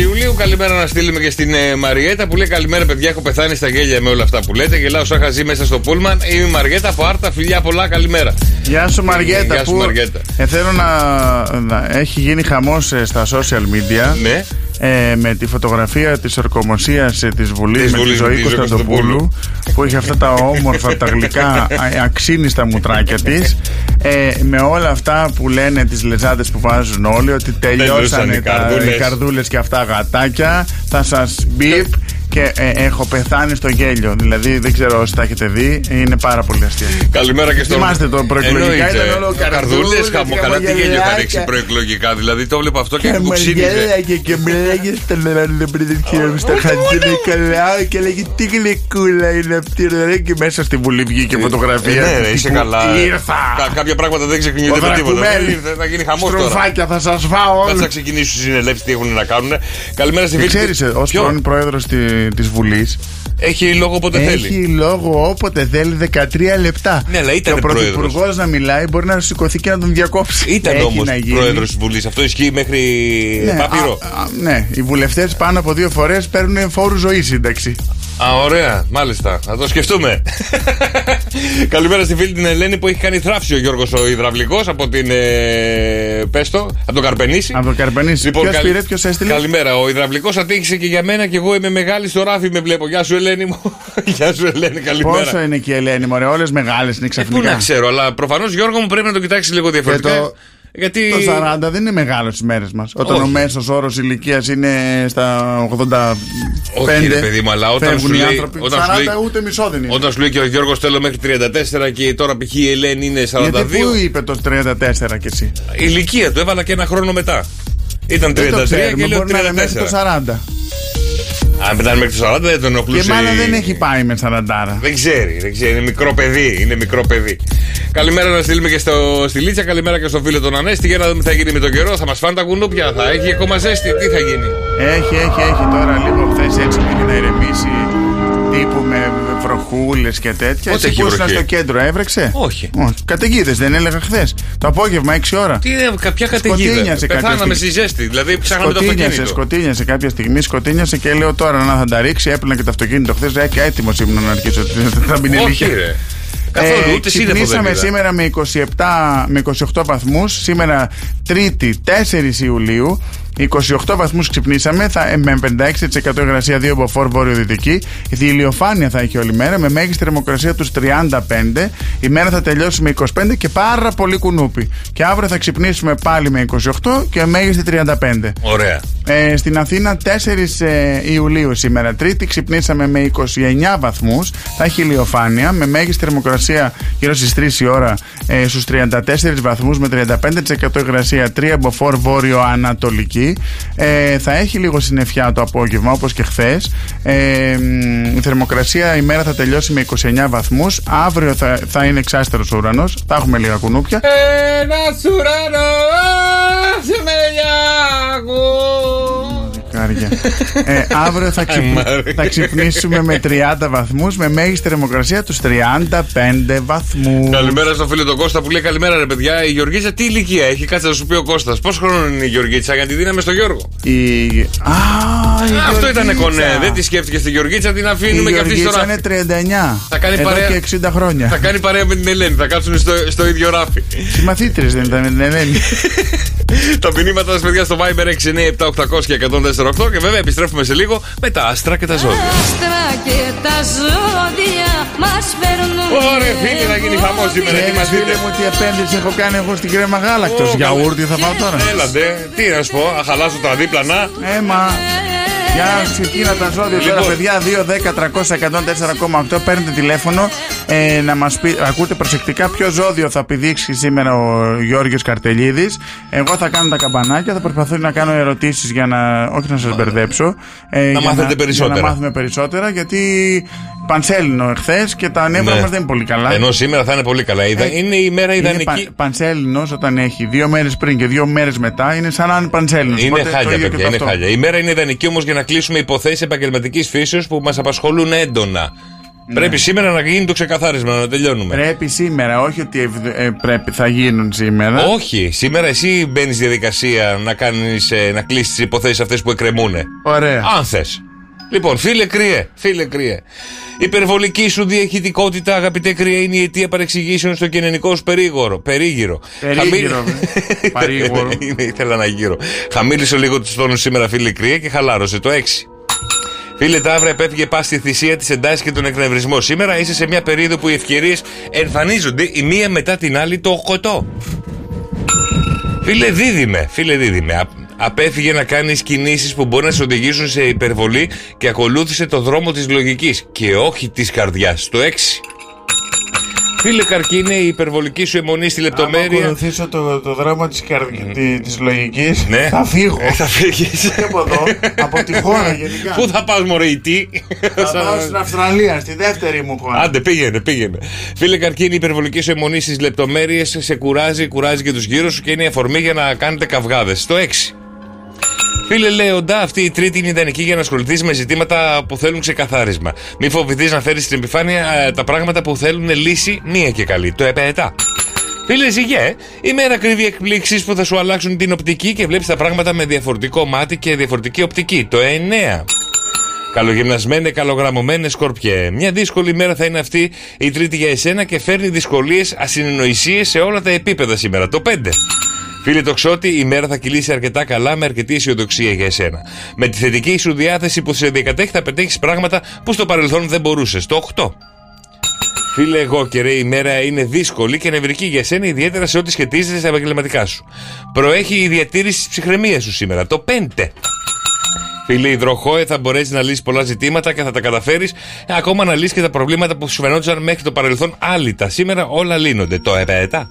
4 Ιουλίου. Καλημέρα να στείλουμε και στην ε, Μαριέτα που λέει Καλημέρα παιδιά. Έχω πεθάνει στα γέλια με όλα αυτά που λέτε. Γελάω σαν χαζή μέσα στο πούλμαν. Είμαι η Μαριέτα από Άρτα. Φιλιά πολλά. Καλημέρα.
Γεια σου Μαριέτα.
Ε, Γεια σου,
που
Μαριέτα.
Ε, θέλω να, να- Έχει γίνει χαμός ε, στα social media.
Ναι.
Ε, με τη φωτογραφία της ορκομοσίας ε, της Βουλής
Της
με
Βουλής,
τη
με
ζωή
της Ζωή
Κωνσταντοπούλου που είχε αυτά τα όμορφα, τα γλυκά, α- ε, αξίνιστα μουτράκια της ε, με όλα αυτά που λένε τις λεζάντες που βάζουν όλοι ότι
Τελειώσανε
τελειώσανε
οι
τα,
καρδούλες.
οι καρδούλες και αυτά γατάκια θα σας μπιπ και ε, έχω πεθάνει στο γέλιο δηλαδή δεν ξέρω όσοι τα έχετε δει είναι πάρα πολύ αστεία
Καλημέρα και στον.
Θυμάστε το προεκλογικά, ήταν όλο καρδούλες,
χαμό. Καλά, τι γέλιο είχα
χαμογελάκια.
δείξει προεκλογικά. Δηλαδή το βλέπω αυτό και μου ξύνησε.
Χαμογέλαγε Ε, και μου λέγε στα λαμπρίδια στα χαρτιά καλά και λέγε τι γλυκούλα είναι αυτή ρε και μέσα στη βουλή βγήκε φωτογραφία.
Ναι, ρε, είσαι
τύπου,
καλά.
Ήρθα!
Κα- Κάποια πράγματα δεν
Ο
ξεκινιούνται με τίποτα.
Δρακουμέλης.
Ήρθε, Θα γίνει χαμός τώρα.
Στροφάκια θα σας φάω
Κάτσε
όλους.
να ξεκινήσουν οι συνελεύσεις τι έχουν να κάνουν. Καλημέρα στη
Και
φίλη.
ξέρεις, ε,
του-
ως
Ποιο?
πρώην πρόεδρος τη- της Βουλής
Έχει λόγο όποτε θέλει.
έχει λόγο όποτε θέλει 13 λεπτά.
Ναι, αλλά ήταν
Και ο
πρόεδρος.
πρωθυπουργός να μιλάει μπορεί να σηκωθεί και να τον διακόψει.
Ήταν
Έχει
όμως
να γίνει.
πρόεδρος της Βουλής. Αυτό ισχύει μέχρι
Ναι,
παπύρο.
α- α- ναι, οι βουλευτές πάνω από δύο φορές παίρνουν φόρου ζωής σύνταξη.
Α, ωραία, μάλιστα. Θα το σκεφτούμε. Καλημέρα στη φίλη την Ελένη που έχει κάνει θράψη ο Γιώργος ο Ιδραυλικό από την. Ε, πέστο, από τον Καρπενήσι. Λοιπόν,
Από το Καρπενήσι. ποιος
καλη-
πήρε, ποιος έστειλε.
Καλημέρα. Ο υδραυλικός ατύχησε και για μένα και εγώ είμαι μεγάλης στο ράφι με βλέπω. Γεια σου, Ελένη μου. Γεια σου, Ελένη, καλημέρα.
Πόσο είναι και η Ελένη, μωρέ, όλες μεγάλες είναι
Ε, Πού
ξαφνικά.
να ξέρω, αλλά προφανώς Γιώργο μου πρέπει να το κοιτάξεις λίγο διαφορετικά.
Και το-
Γιατί.
Το 40 δεν είναι μεγάλο στις μέρες μας. Όταν
Ε, Όχι.
ο μέσος όρος ηλικίας είναι στα 85.
Όχι, ρε παιδί μου, αλλά όταν
φεύγουν
σου
οι
λέει-
άνθρωποι.
όταν
40
σου λέει-
ούτε μισό δεν είναι.
Όταν σου λέει και ο Γιώργος θέλω μέχρι 34 και τώρα π.χ. η Ελένη είναι 42.
Γιατί πού είπε το 34 κι εσύ.
Η ηλικία του έβαλα και ένα χρόνο μετά. Ήταν 33
Δεν το
και
ξέρουμε,
λέω
μπορεί να είναι μέχρι το
34.
40.
Αν ήταν μέχρι το 40 δεν τον
Και
ενοχλούσε.
μάλλον
η-
δεν έχει πάει με 40.
Δεν ξέρει, δεν ξέρει. Είναι μικρό παιδί. Είναι μικρό παιδί. Καλημέρα να στείλουμε και στο, στη Λίτσα. Καλημέρα και στο φίλο τον Ανέστη. Για να δούμε τι θα γίνει με τον καιρό. Θα μας φάνε τα κουνούπια. Θα έχει ακόμα ζέστη. Τι θα γίνει.
Έχει, έχει, έχει τώρα λίγο χθες έτσι πήγε να ηρεμήσει τύπου με βροχούλες και τέτοια.
Πότε
Εσύ
έχει
που ήσουν
βροχή?
στο κέντρο, έβρεξε.
Όχι.
Καταιγίδες, δεν έλεγα χθες. Το απόγευμα 6 ώρα.
Τι είναι, κάποια καταιγίδα.
Σκοτίνιασε κάποια
Πεθάναμε στη
στιγμή.
ζέστη. Δηλαδή ψάχναμε το
Σκοτίνιασε,
αυτοκίνητο.
σκοτίνιασε κάποια στιγμή, σκοτίνιασε και λέω τώρα να θα τα ρίξει. Έπλυνα και το αυτοκίνητο χθες. και έτοιμος ήμουν να αρχίσω. Θα μην
Όχι,
ηλικία.
ρε. Καθόλου, ούτε σύννεφο δεν
Ε, ξυπνήσαμε
είδα.
σήμερα με, 27, με 28 βαθμούς Σήμερα Τρίτη 4 Ιουλίου 28 βαθμούς ξυπνήσαμε θα, ε, Με 56% υγρασία 2 μποφόρ βορειοδυτική Η ηλιοφάνεια θα έχει όλη μέρα Με μέγιστη θερμοκρασία τους 35 Η μέρα θα τελειώσει με 25 και πάρα πολύ κουνούπι Και αύριο θα ξυπνήσουμε πάλι με 28 και μέγιστη 35
Ωραία.
ε, στην Αθήνα 4 ε, Ιουλίου σήμερα, Τρίτη, ξυπνήσαμε με 29 βαθμούς. Θα έχει ηλιοφάνεια με μέγιστη θερμοκρασία γύρω στις 3 η ώρα ε, στους 34 βαθμούς με 35% υγρασία, 3 μποφόρ βόρειο-ανατολική. Ε, θα έχει λίγο συννεφιά το απόγευμα όπως και χθες. Ε, μ, η θερμοκρασία η μέρα θα τελειώσει με 29 βαθμούς. Αύριο θα, θα είναι εξάστερος ουρανό. Θα έχουμε λίγα κουνούπια.
Ένας ουρανός σε μελιάκο.
Καρδιά. Αλήθεια. ε, αύριο θα, ξυπ- θα ξυπνήσουμε με 30 βαθμούς με μέγιστη θερμοκρασία τους 35 βαθμούς.
Καλημέρα στο φίλο τον Κώστα που λέει Καλημέρα ρε παιδιά. Η Γεωργίτσα τι ηλικία έχει, κάτσε να σου πει ο Κώστας. Πόσο χρόνο είναι η Γεωργίτσα, γιατί δίναμε στο Γιώργο.
Η... Α, η
Αυτό ήταν
Γεωργίτσα.
κονέ. Δεν τη σκέφτηκες τη Γεωργίτσα, την αφήνουμε
Η
και αυτή
Γεωργίτσα
τώρα.
είναι 39.
Θα κάνει
Εδώ
παρέα-
και 60 χρόνια.
Θα κάνει παρέα με την Ελένη, θα κάτσουν στο, στο ίδιο ράφι.
Συμμαθήτρες δεν ήταν με την Ελένη.
Τα μηνύματα σας, παιδιά, στο Viber 697-800 και 148 και βέβαια επιστρέφουμε σε λίγο με τα άστρα και τα ζώδια.
άστρα και τα ζώδια μας
Ε,
φέρνουν
Ωραία, φίλε, να γίνει χαμός σήμερα.
Ξέρεις,
Ετοιμαστείτε.
φίλε μου, τι επένδυση έχω κάνει εγώ στην κρέμα γάλακτος.
Ω,
Γιαούρτι θα φάω τώρα.
Έλατε, τι να σου πω, αχαλάσω τα δίπλανα.
Έμα. Γεια ξεκίνα τα ζώδια τώρα,
Λοιπόν.
παιδιά. 2, 10, 300, 104,8. Παίρνετε τηλέφωνο ε, να μας πει. Ακούτε προσεκτικά ποιο ζώδιο θα πηδήξει σήμερα ο Γιώργος Καρτελίδης. Εγώ θα κάνω τα καμπανάκια, θα προσπαθώ να κάνω ερωτήσεις για να. Όχι να σας μπερδέψω. ε, για
μάθετε
για
περισσότερα.
να μάθουμε περισσότερα, γιατί πανσέλινο εχθές και τα νεύρα
Ναι.
μας δεν είναι πολύ καλά.
Ενώ σήμερα θα είναι πολύ καλά. Είδα-
Ε,
είναι η μέρα
είναι
ιδανική.
παν- πανσέλινος όταν έχει δύο μέρες πριν και δύο μέρες μετά είναι σαν να είναι πανσέλινος.
Είναι
Οπότε το
χάλια,
ίδιο και
παιδιά,
το
είναι
αυτό.
χάλια. Η μέρα είναι ιδανική όμως για να κλείσουμε υποθέσεις επαγγελματικής φύσεως που μας απασχολούν έντονα. Πρέπει σήμερα να γίνει το ξεκαθάρισμα, να τελειώνουμε.
Ναι. Πρέπει σήμερα, όχι ότι ευ- ε, πρέπει, θα γίνουν σήμερα.
Όχι, σήμερα εσύ μπαίνεις διαδικασία να, κάνεις, ε, να κλείσεις τις υποθέσεις αυτές που εκκρεμούν.
Ωραία.
Αν θες. Λοιπόν, φίλε κρύε, φίλε κρύε. Υπερβολική σου διαχειτικότητα, αγαπητέ κρύε, είναι η αιτία παρεξηγήσεων στο κοινωνικό σου περίγωρο, περίγυρο.
Περίγυρο,
Χαμήλ-
παρήγορο.
Είναι, ήθελα να γύρω. Χαμήλωσε λίγο τους τόνους σήμερα, φίλε κρύε, και χαλάρωσε το 6. Φίλε Ταύρα, επέφυγε πα στη θυσία της εντάση και τον εκνευρισμό. Σήμερα είσαι σε μια περίοδο που οι ευκαιρίες εμφανίζονται η μία μετά την άλλη το 8. Φίλε, δίδυμε, φίλε, δίδυμε. Α- Απέφυγε να κάνει κινήσεις που μπορεί να σε οδηγήσουν σε υπερβολή και ακολούθησε το δρόμο της λογικής και όχι της καρδιάς. Το 6. Φίλε Καρκίνε, η υπερβολική σου αιμονή στη
Θα
λεπτομέρεια.
ακολουθήσω το, το δράμα της, καρ... τη- της λογικής
Ναι.
Θα φύγω
Ε, θα φύγεις.
Και από εδώ, από τη χώρα γενικά
Πού θα πας, Μωρεϊτή.
Θα πάω στην Αυστραλία, στη δεύτερη μου χώρα
Άντε, πήγαινε, πήγαινε. Φίλε Καρκίνη, η υπερβολική σου αιμονή στις λεπτομέρειες σε κουράζει, κουράζει και τους γύρω σου και είναι η αφορμή για να κάνετε καυγάδες. Το 6. Φίλε Λέοντα, αυτή η τρίτη είναι ιδανική για να ασχοληθείς με ζητήματα που θέλουν ξεκαθάρισμα. Μη φοβηθείς να φέρεις στην επιφάνεια ε, τα πράγματα που θέλουν λύση μία και καλή. Το επέτα. Φίλε Ζυγέ, η μέρα κρύβει εκπλήξεις που θα σου αλλάξουν την οπτική και βλέπεις τα πράγματα με διαφορετικό μάτι και διαφορετική οπτική. Το 9. Καλογυμνασμένες, καλογραμμωμένες σκορπιέ. Μια δύσκολη μέρα θα είναι αυτή η τρίτη για εσένα και φέρνει δυσκολίες, ασυνεννοησίες σε όλα τα επίπεδα σήμερα. Το 5. Φίλε Τοξότη, η μέρα θα κυλήσει αρκετά καλά με αρκετή αισιοδοξία για εσένα. Με τη θετική σου διάθεση που σε διακατέχει θα πετύχεις πράγματα που στο παρελθόν δεν μπορούσες. Το 8. Φίλε, εγώ και ρε, η μέρα είναι δύσκολη και νευρική για σένα, ιδιαίτερα σε ό,τι σχετίζεται στα επαγγελματικά σου. Προέχει η διατήρηση της ψυχραιμίας σου σήμερα. Το 5. Φίλε, υδροχόε, θα μπορέσεις να λύσεις πολλά ζητήματα και θα τα καταφέρεις. Ακόμα να λύσεις και τα προβλήματα που σου φαινόντουσαν μέχρι το παρελθόν άλυτα. Σήμερα όλα λύνονται. Το επέτα.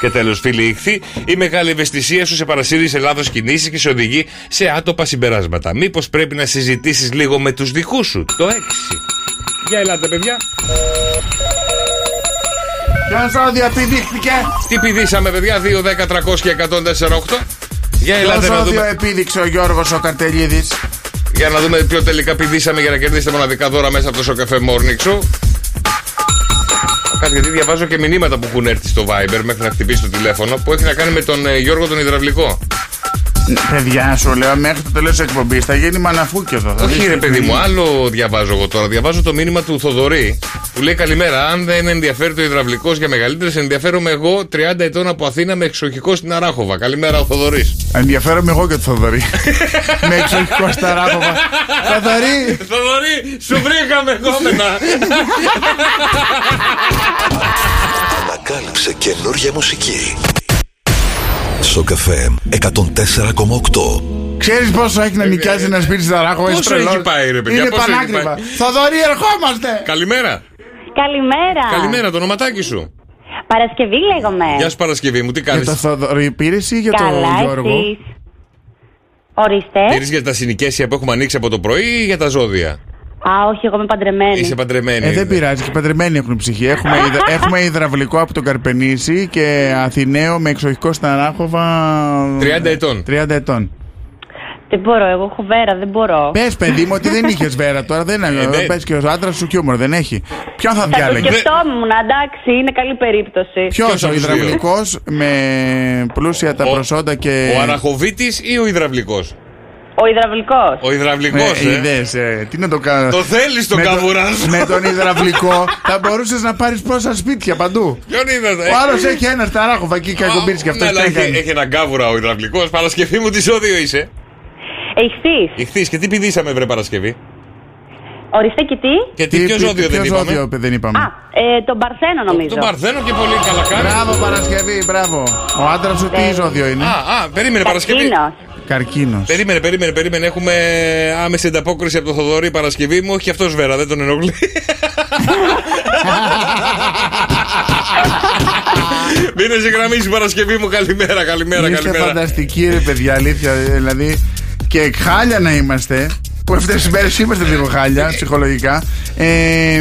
Και τέλο, φίλε, ηχθεί. Η μεγάλη ευαισθησία σου σε παρασύρει σε λάθος κινήσεις και σε οδηγεί σε άτοπα συμπεράσματα. Μήπως πρέπει να συζητήσεις λίγο με τους δικούς σου. Το 6. Για ελάτε, παιδιά.
Ποιο ζώδιο επιδείχθηκε
Τι πηδήσαμε, παιδιά, 2, 10, 300 και 148. Για
Ποιο
ελάτε να
ζώδιο
δούμε.
επίδειξε ο Γιώργος ο Καρτελίδης
Για να δούμε ποιο τελικά πηδήσαμε για να κερδίσετε μοναδικά δώρα μέσα από το σοκαφέ Morning Show. Κάτι γιατί διαβάζω και μηνύματα που έχουν έρθει στο Viber μέχρι να χτυπήσει το τηλέφωνο που έχει να κάνει με τον ε, Γιώργο τον Ιδραυλικό.
Παιδιά σου λέω μέχρι το τέλος της εκπομπής θα γίνει μαναφούκι εδώ θα δεις
Όχι ρε
τι
παιδί μου,
γίνει.
άλλο διαβάζω εγώ τώρα. Διαβάζω το μήνυμα του Θοδωρή που λέει Καλημέρα. Αν δεν ενδιαφέρει το υδραυλικός για μεγαλύτερες, ενδιαφέρομαι εγώ 30 ετών από Αθήνα με εξοχικό στην Αράχοβα. Καλημέρα, ο Θοδωρής.
Ενδιαφέρομαι εγώ και το Θοδωρή Με εξοχικό στα ράποβα Θοδωρή
Ε, Θοδωρή, σου βρήκαμε κόμενα.
Ανακάλυψε καινούργια μουσική. Σοκαφέ 104,8.
Ξέρεις πόσο έχει να νοικιάζει ένας σπίτι στα ράχο,
Ε, Πόσο έχεις πάει, ρε παιδιά,
Είναι
πόσο έχει
πανάκριβα.
πάει.
Θοδωρή, ερχόμαστε!
Καλημέρα.
Καλημέρα.
Καλημέρα, το ονοματάκι σου.
Παρασκευή λέγομαι.
Γεια σου Παρασκευή μου, τι
Για το
κάνει.
Θοδωρή πήρες ή για τον
Καλά,
Γιώργο.
εσείς.
Ε,
Ορίστε.
Πήρες για τα συνοικέσια που έχουμε ανοίξει από το πρωί ή για τα ζώδια.
Α, όχι, εγώ είμαι παντρεμένη.
Είσαι παντρεμένη. ναι.
Ε, δεν πειράζει, και παντρεμένοι έχουν ψυχή. Έχουμε, υδρα- έχουμε υδραυλικό από τον Καρπενήσι και Αθηναίο με εξοχικό στα Ράχοβα.
30 ετών.
30 ε, ετών.
Δεν μπορώ, εγώ έχω βέρα, δεν μπορώ.
Πες, παιδί μου, ότι δεν είχες βέρα τώρα. Δεν
ναι.
είναι. Πες και ο άντρας σου χιούμορ, δεν έχει. Ποιον θα
Θα
Ε,
το
διάλεγε.
σκεφτόμουν, εντάξει, είναι καλή περίπτωση.
Ποιος, ο υδραυλικός με πλούσια τα προσόντα και.
Ο Αραχοβίτη ή ο Ιδραυλικό.
Ο υδραυλικός.
Ο Ιδραυλικό.
Ε, είδες, ε, τι να το κάνω.
Το θέλεις το
Με
καβουράζο.
Με τον υδραυλικό θα μπορούσες να πάρεις πόσα σπίτια παντού.
Ποιον είδατε.
Ο άλλος έχει ένα ταράχοβα εκεί κακομπίρι και αυτό.
Ε. Ναι, αλλά
τι
έχει,
έκανε.
έχει έναν κάβουρα ο Ιδραυλικό. Παρασκευή μου, τι ζώδιο είσαι.
Ε, Εχθή.
Ηχθείς και τι πηδήσαμε, βρε Παρασκευή.
Ορίστε και τι.
Και τι, ποιο ζώδιο δεν
ποιο
είπαμε.
ζώδιο δεν είπαμε.
Α, ε, τον Παρθένο νομίζω.
Τον Παρθένο και πολύ καλά κάνει.
Μπράβο, Παρασκευή, μπράβο. Ο άντρας σου τι
Ε,
ζώδιο είναι.
Α, α, περίμενε Παρασκευή.
Καρκίνος.
Καρκίνος.
Περίμενε, περίμενε, περίμενε. Έχουμε άμεση ανταπόκριση από το Θοδωρή Παρασκευή μου. Όχι και αυτό βέρα, δεν τον ενοχλεί. Μείνε σε γραμμή σου Παρασκευή μου. Καλημέρα, καλημέρα,
Είστε
καλημέρα.
φανταστικοί, ρε παιδιά, αλήθεια. Δηλαδή και χάλια να είμαστε. Που αυτές τις μέρες είμαστε λίγο χάλια ψυχολογικά. Ε,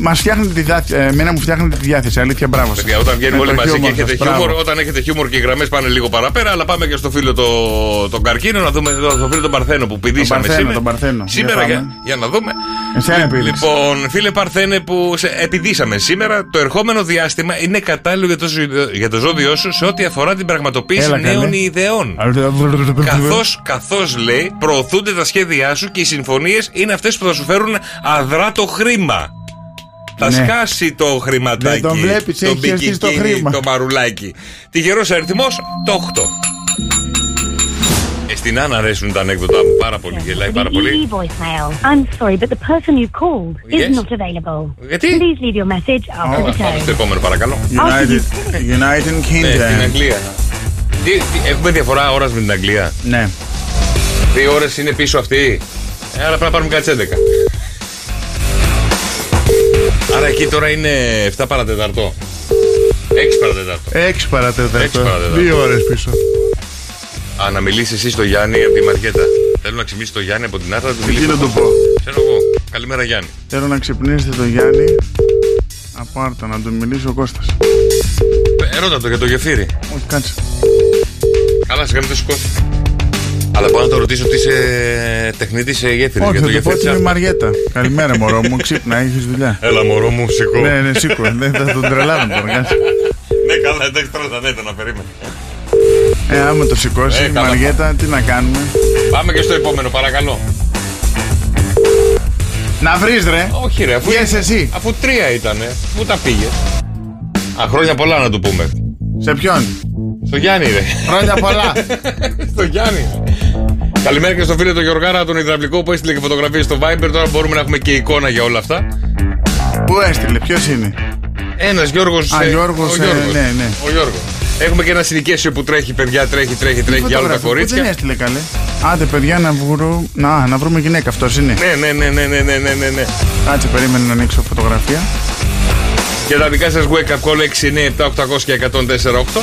Μας φτιάχνετε τη διάθεση. Εμένα μου φτιάχνετε τη διάθεση. Αλήθεια, μπράβο. σας.
Παιδιά, όταν βγαίνουμε
Με
όλοι
το
μαζί και
χιούμορ
έχετε
σας,
χιούμορ,
μπράβο.
όταν έχετε χιούμορ και οι γραμμές πάνε λίγο παραπέρα, αλλά πάμε και στο φίλο το, τον Καρκίνο να δούμε εδώ, στο φίλο τον Παρθένο που πηδήσαμε
Παρθένο,
σήμερα.
τον Παρθένο.
Σήμερα
Για
για,
πάμε.
για να δούμε.
Εσένα επίδειξε.
Λοιπόν, φίλε Παρθένε που σε επιδίσαμε σήμερα, το ερχόμενο διάστημα είναι κατάλληλο για το, ζυ- για το ζώδιό σου σε ό,τι αφορά την πραγματοποίηση
Έλα,
νέων
καλέ.
ιδεών. Καθώς, καθώς λέει, προωθούνται τα σχέδιά σου και οι συμφωνίες είναι αυτές που θα σου φέρουν αδράτο χρήμα. Θα
Ναι.
σκάσει το χρηματάκι.
Δεν τον βλέπεις, έχει χεστεί στο
μπικικίνι,
χρήμα.
Το μαρουλάκι. Τυχερός αριθμός, το 8. Ε, στην Άννα αρέσουν τα ανέκδοτα μου πάρα πολύ. Γελάει πάρα πολύ.
voicemail. I'm sorry, but the person you called
Yes.
is not available.
Γιατί?
Please leave your message after the
Ωραία, Πάμε
tone.
στο επόμενο παρακαλώ.
United, United
Ναι, στην
Kingdom.
Αγγλία. Τι, τι, έχουμε διαφορά ώρας με την Αγγλία.
Ναι.
Δύο ώρες είναι πίσω αυτή. Ε, Άρα πρέπει να πάρουμε κάτι στις 11. Άρα εκεί τώρα είναι 7 παρατέταρτο. 6 παρατέταρτο.
Έξι
Έξι
παρατέταρτο.
παρατέταρτο.
Δύο ώρες πίσω.
Α, να μιλήσεις εσύ στο Γιάννη από τη Μαρκέτα. Θέλω να ξυπνήσει το Γιάννη από την Άτρα. να του
Τι
μιλήσει
να
το
το πω.
Ξέρω εγώ. Καλημέρα Γιάννη.
Θέλω να ξυπνήσετε τον Γιάννη. Απάρτα να του μιλήσει ο Κώστας.
Ε, Ρώτα το για το γεφύρι.
Όχι, κάτσε.
Καλά, σε το σηκώσει. Αλλά μπορώ να το ρωτήσω τι είσαι τεχνίτης σε γέφυρης.
Όχι,
για το
θα του πω
γεφύρι
ότι
της
είμαι
Άτρα.
η Μαριέτα. Καλημέρα, μωρό μου. Ξύπνα, έχεις δουλειά.
Έλα, μωρό μου, σηκώ.
Ναι, ναι, σίγουρα. Δεν θα τον τρελάμε τώρα. κάτσε.
Ναι, καλά, εντάξει, τώρα θα δέτε να περίμενε.
Ε, άμα το σηκώσει,
Ε,
η
καλά.
Μαριέτα, τι να κάνουμε.
Πάμε και στο επόμενο, παρακαλώ.
Να βρεις, ρε.
Όχι, ρε, αφού,
Βγες εσύ.
αφού τρία ήταν, πού τα πήγε. Α, χρόνια πολλά να του πούμε.
Σε ποιον.
Στο Γιάννη, ρε.
Χρόνια πολλά.
στο Γιάννη. Καλημέρα και στο φίλο τον Γεωργάρα, τον υδραυλικό που έστειλε και φωτογραφίες στο Viber. Τώρα μπορούμε να έχουμε και εικόνα για όλα αυτά.
Πού έστειλε, ποιος είναι.
Ένας Γιώργος.
Α, Γιώργος, ε, ναι, ναι.
Ο Γιώργος. Έχουμε και ένα συνοικέσιο που τρέχει, παιδιά, τρέχει, τρέχει, τρέχει Ε, για όλα τα
Φωτογραφία, πού Δεν
κορίτσια.
έστειλε καλέ. Άντε, παιδιά, να, βρω... να, να βρούμε γυναίκα. Αυτός είναι.
Ναι, ναι, ναι, ναι, ναι, ναι, ναι, ναι, ναι.
Κάτσε, περίμενε να ανοίξω φωτογραφία.
Και τα δικά σας wake up call 6, 9, 7, 800 και 104,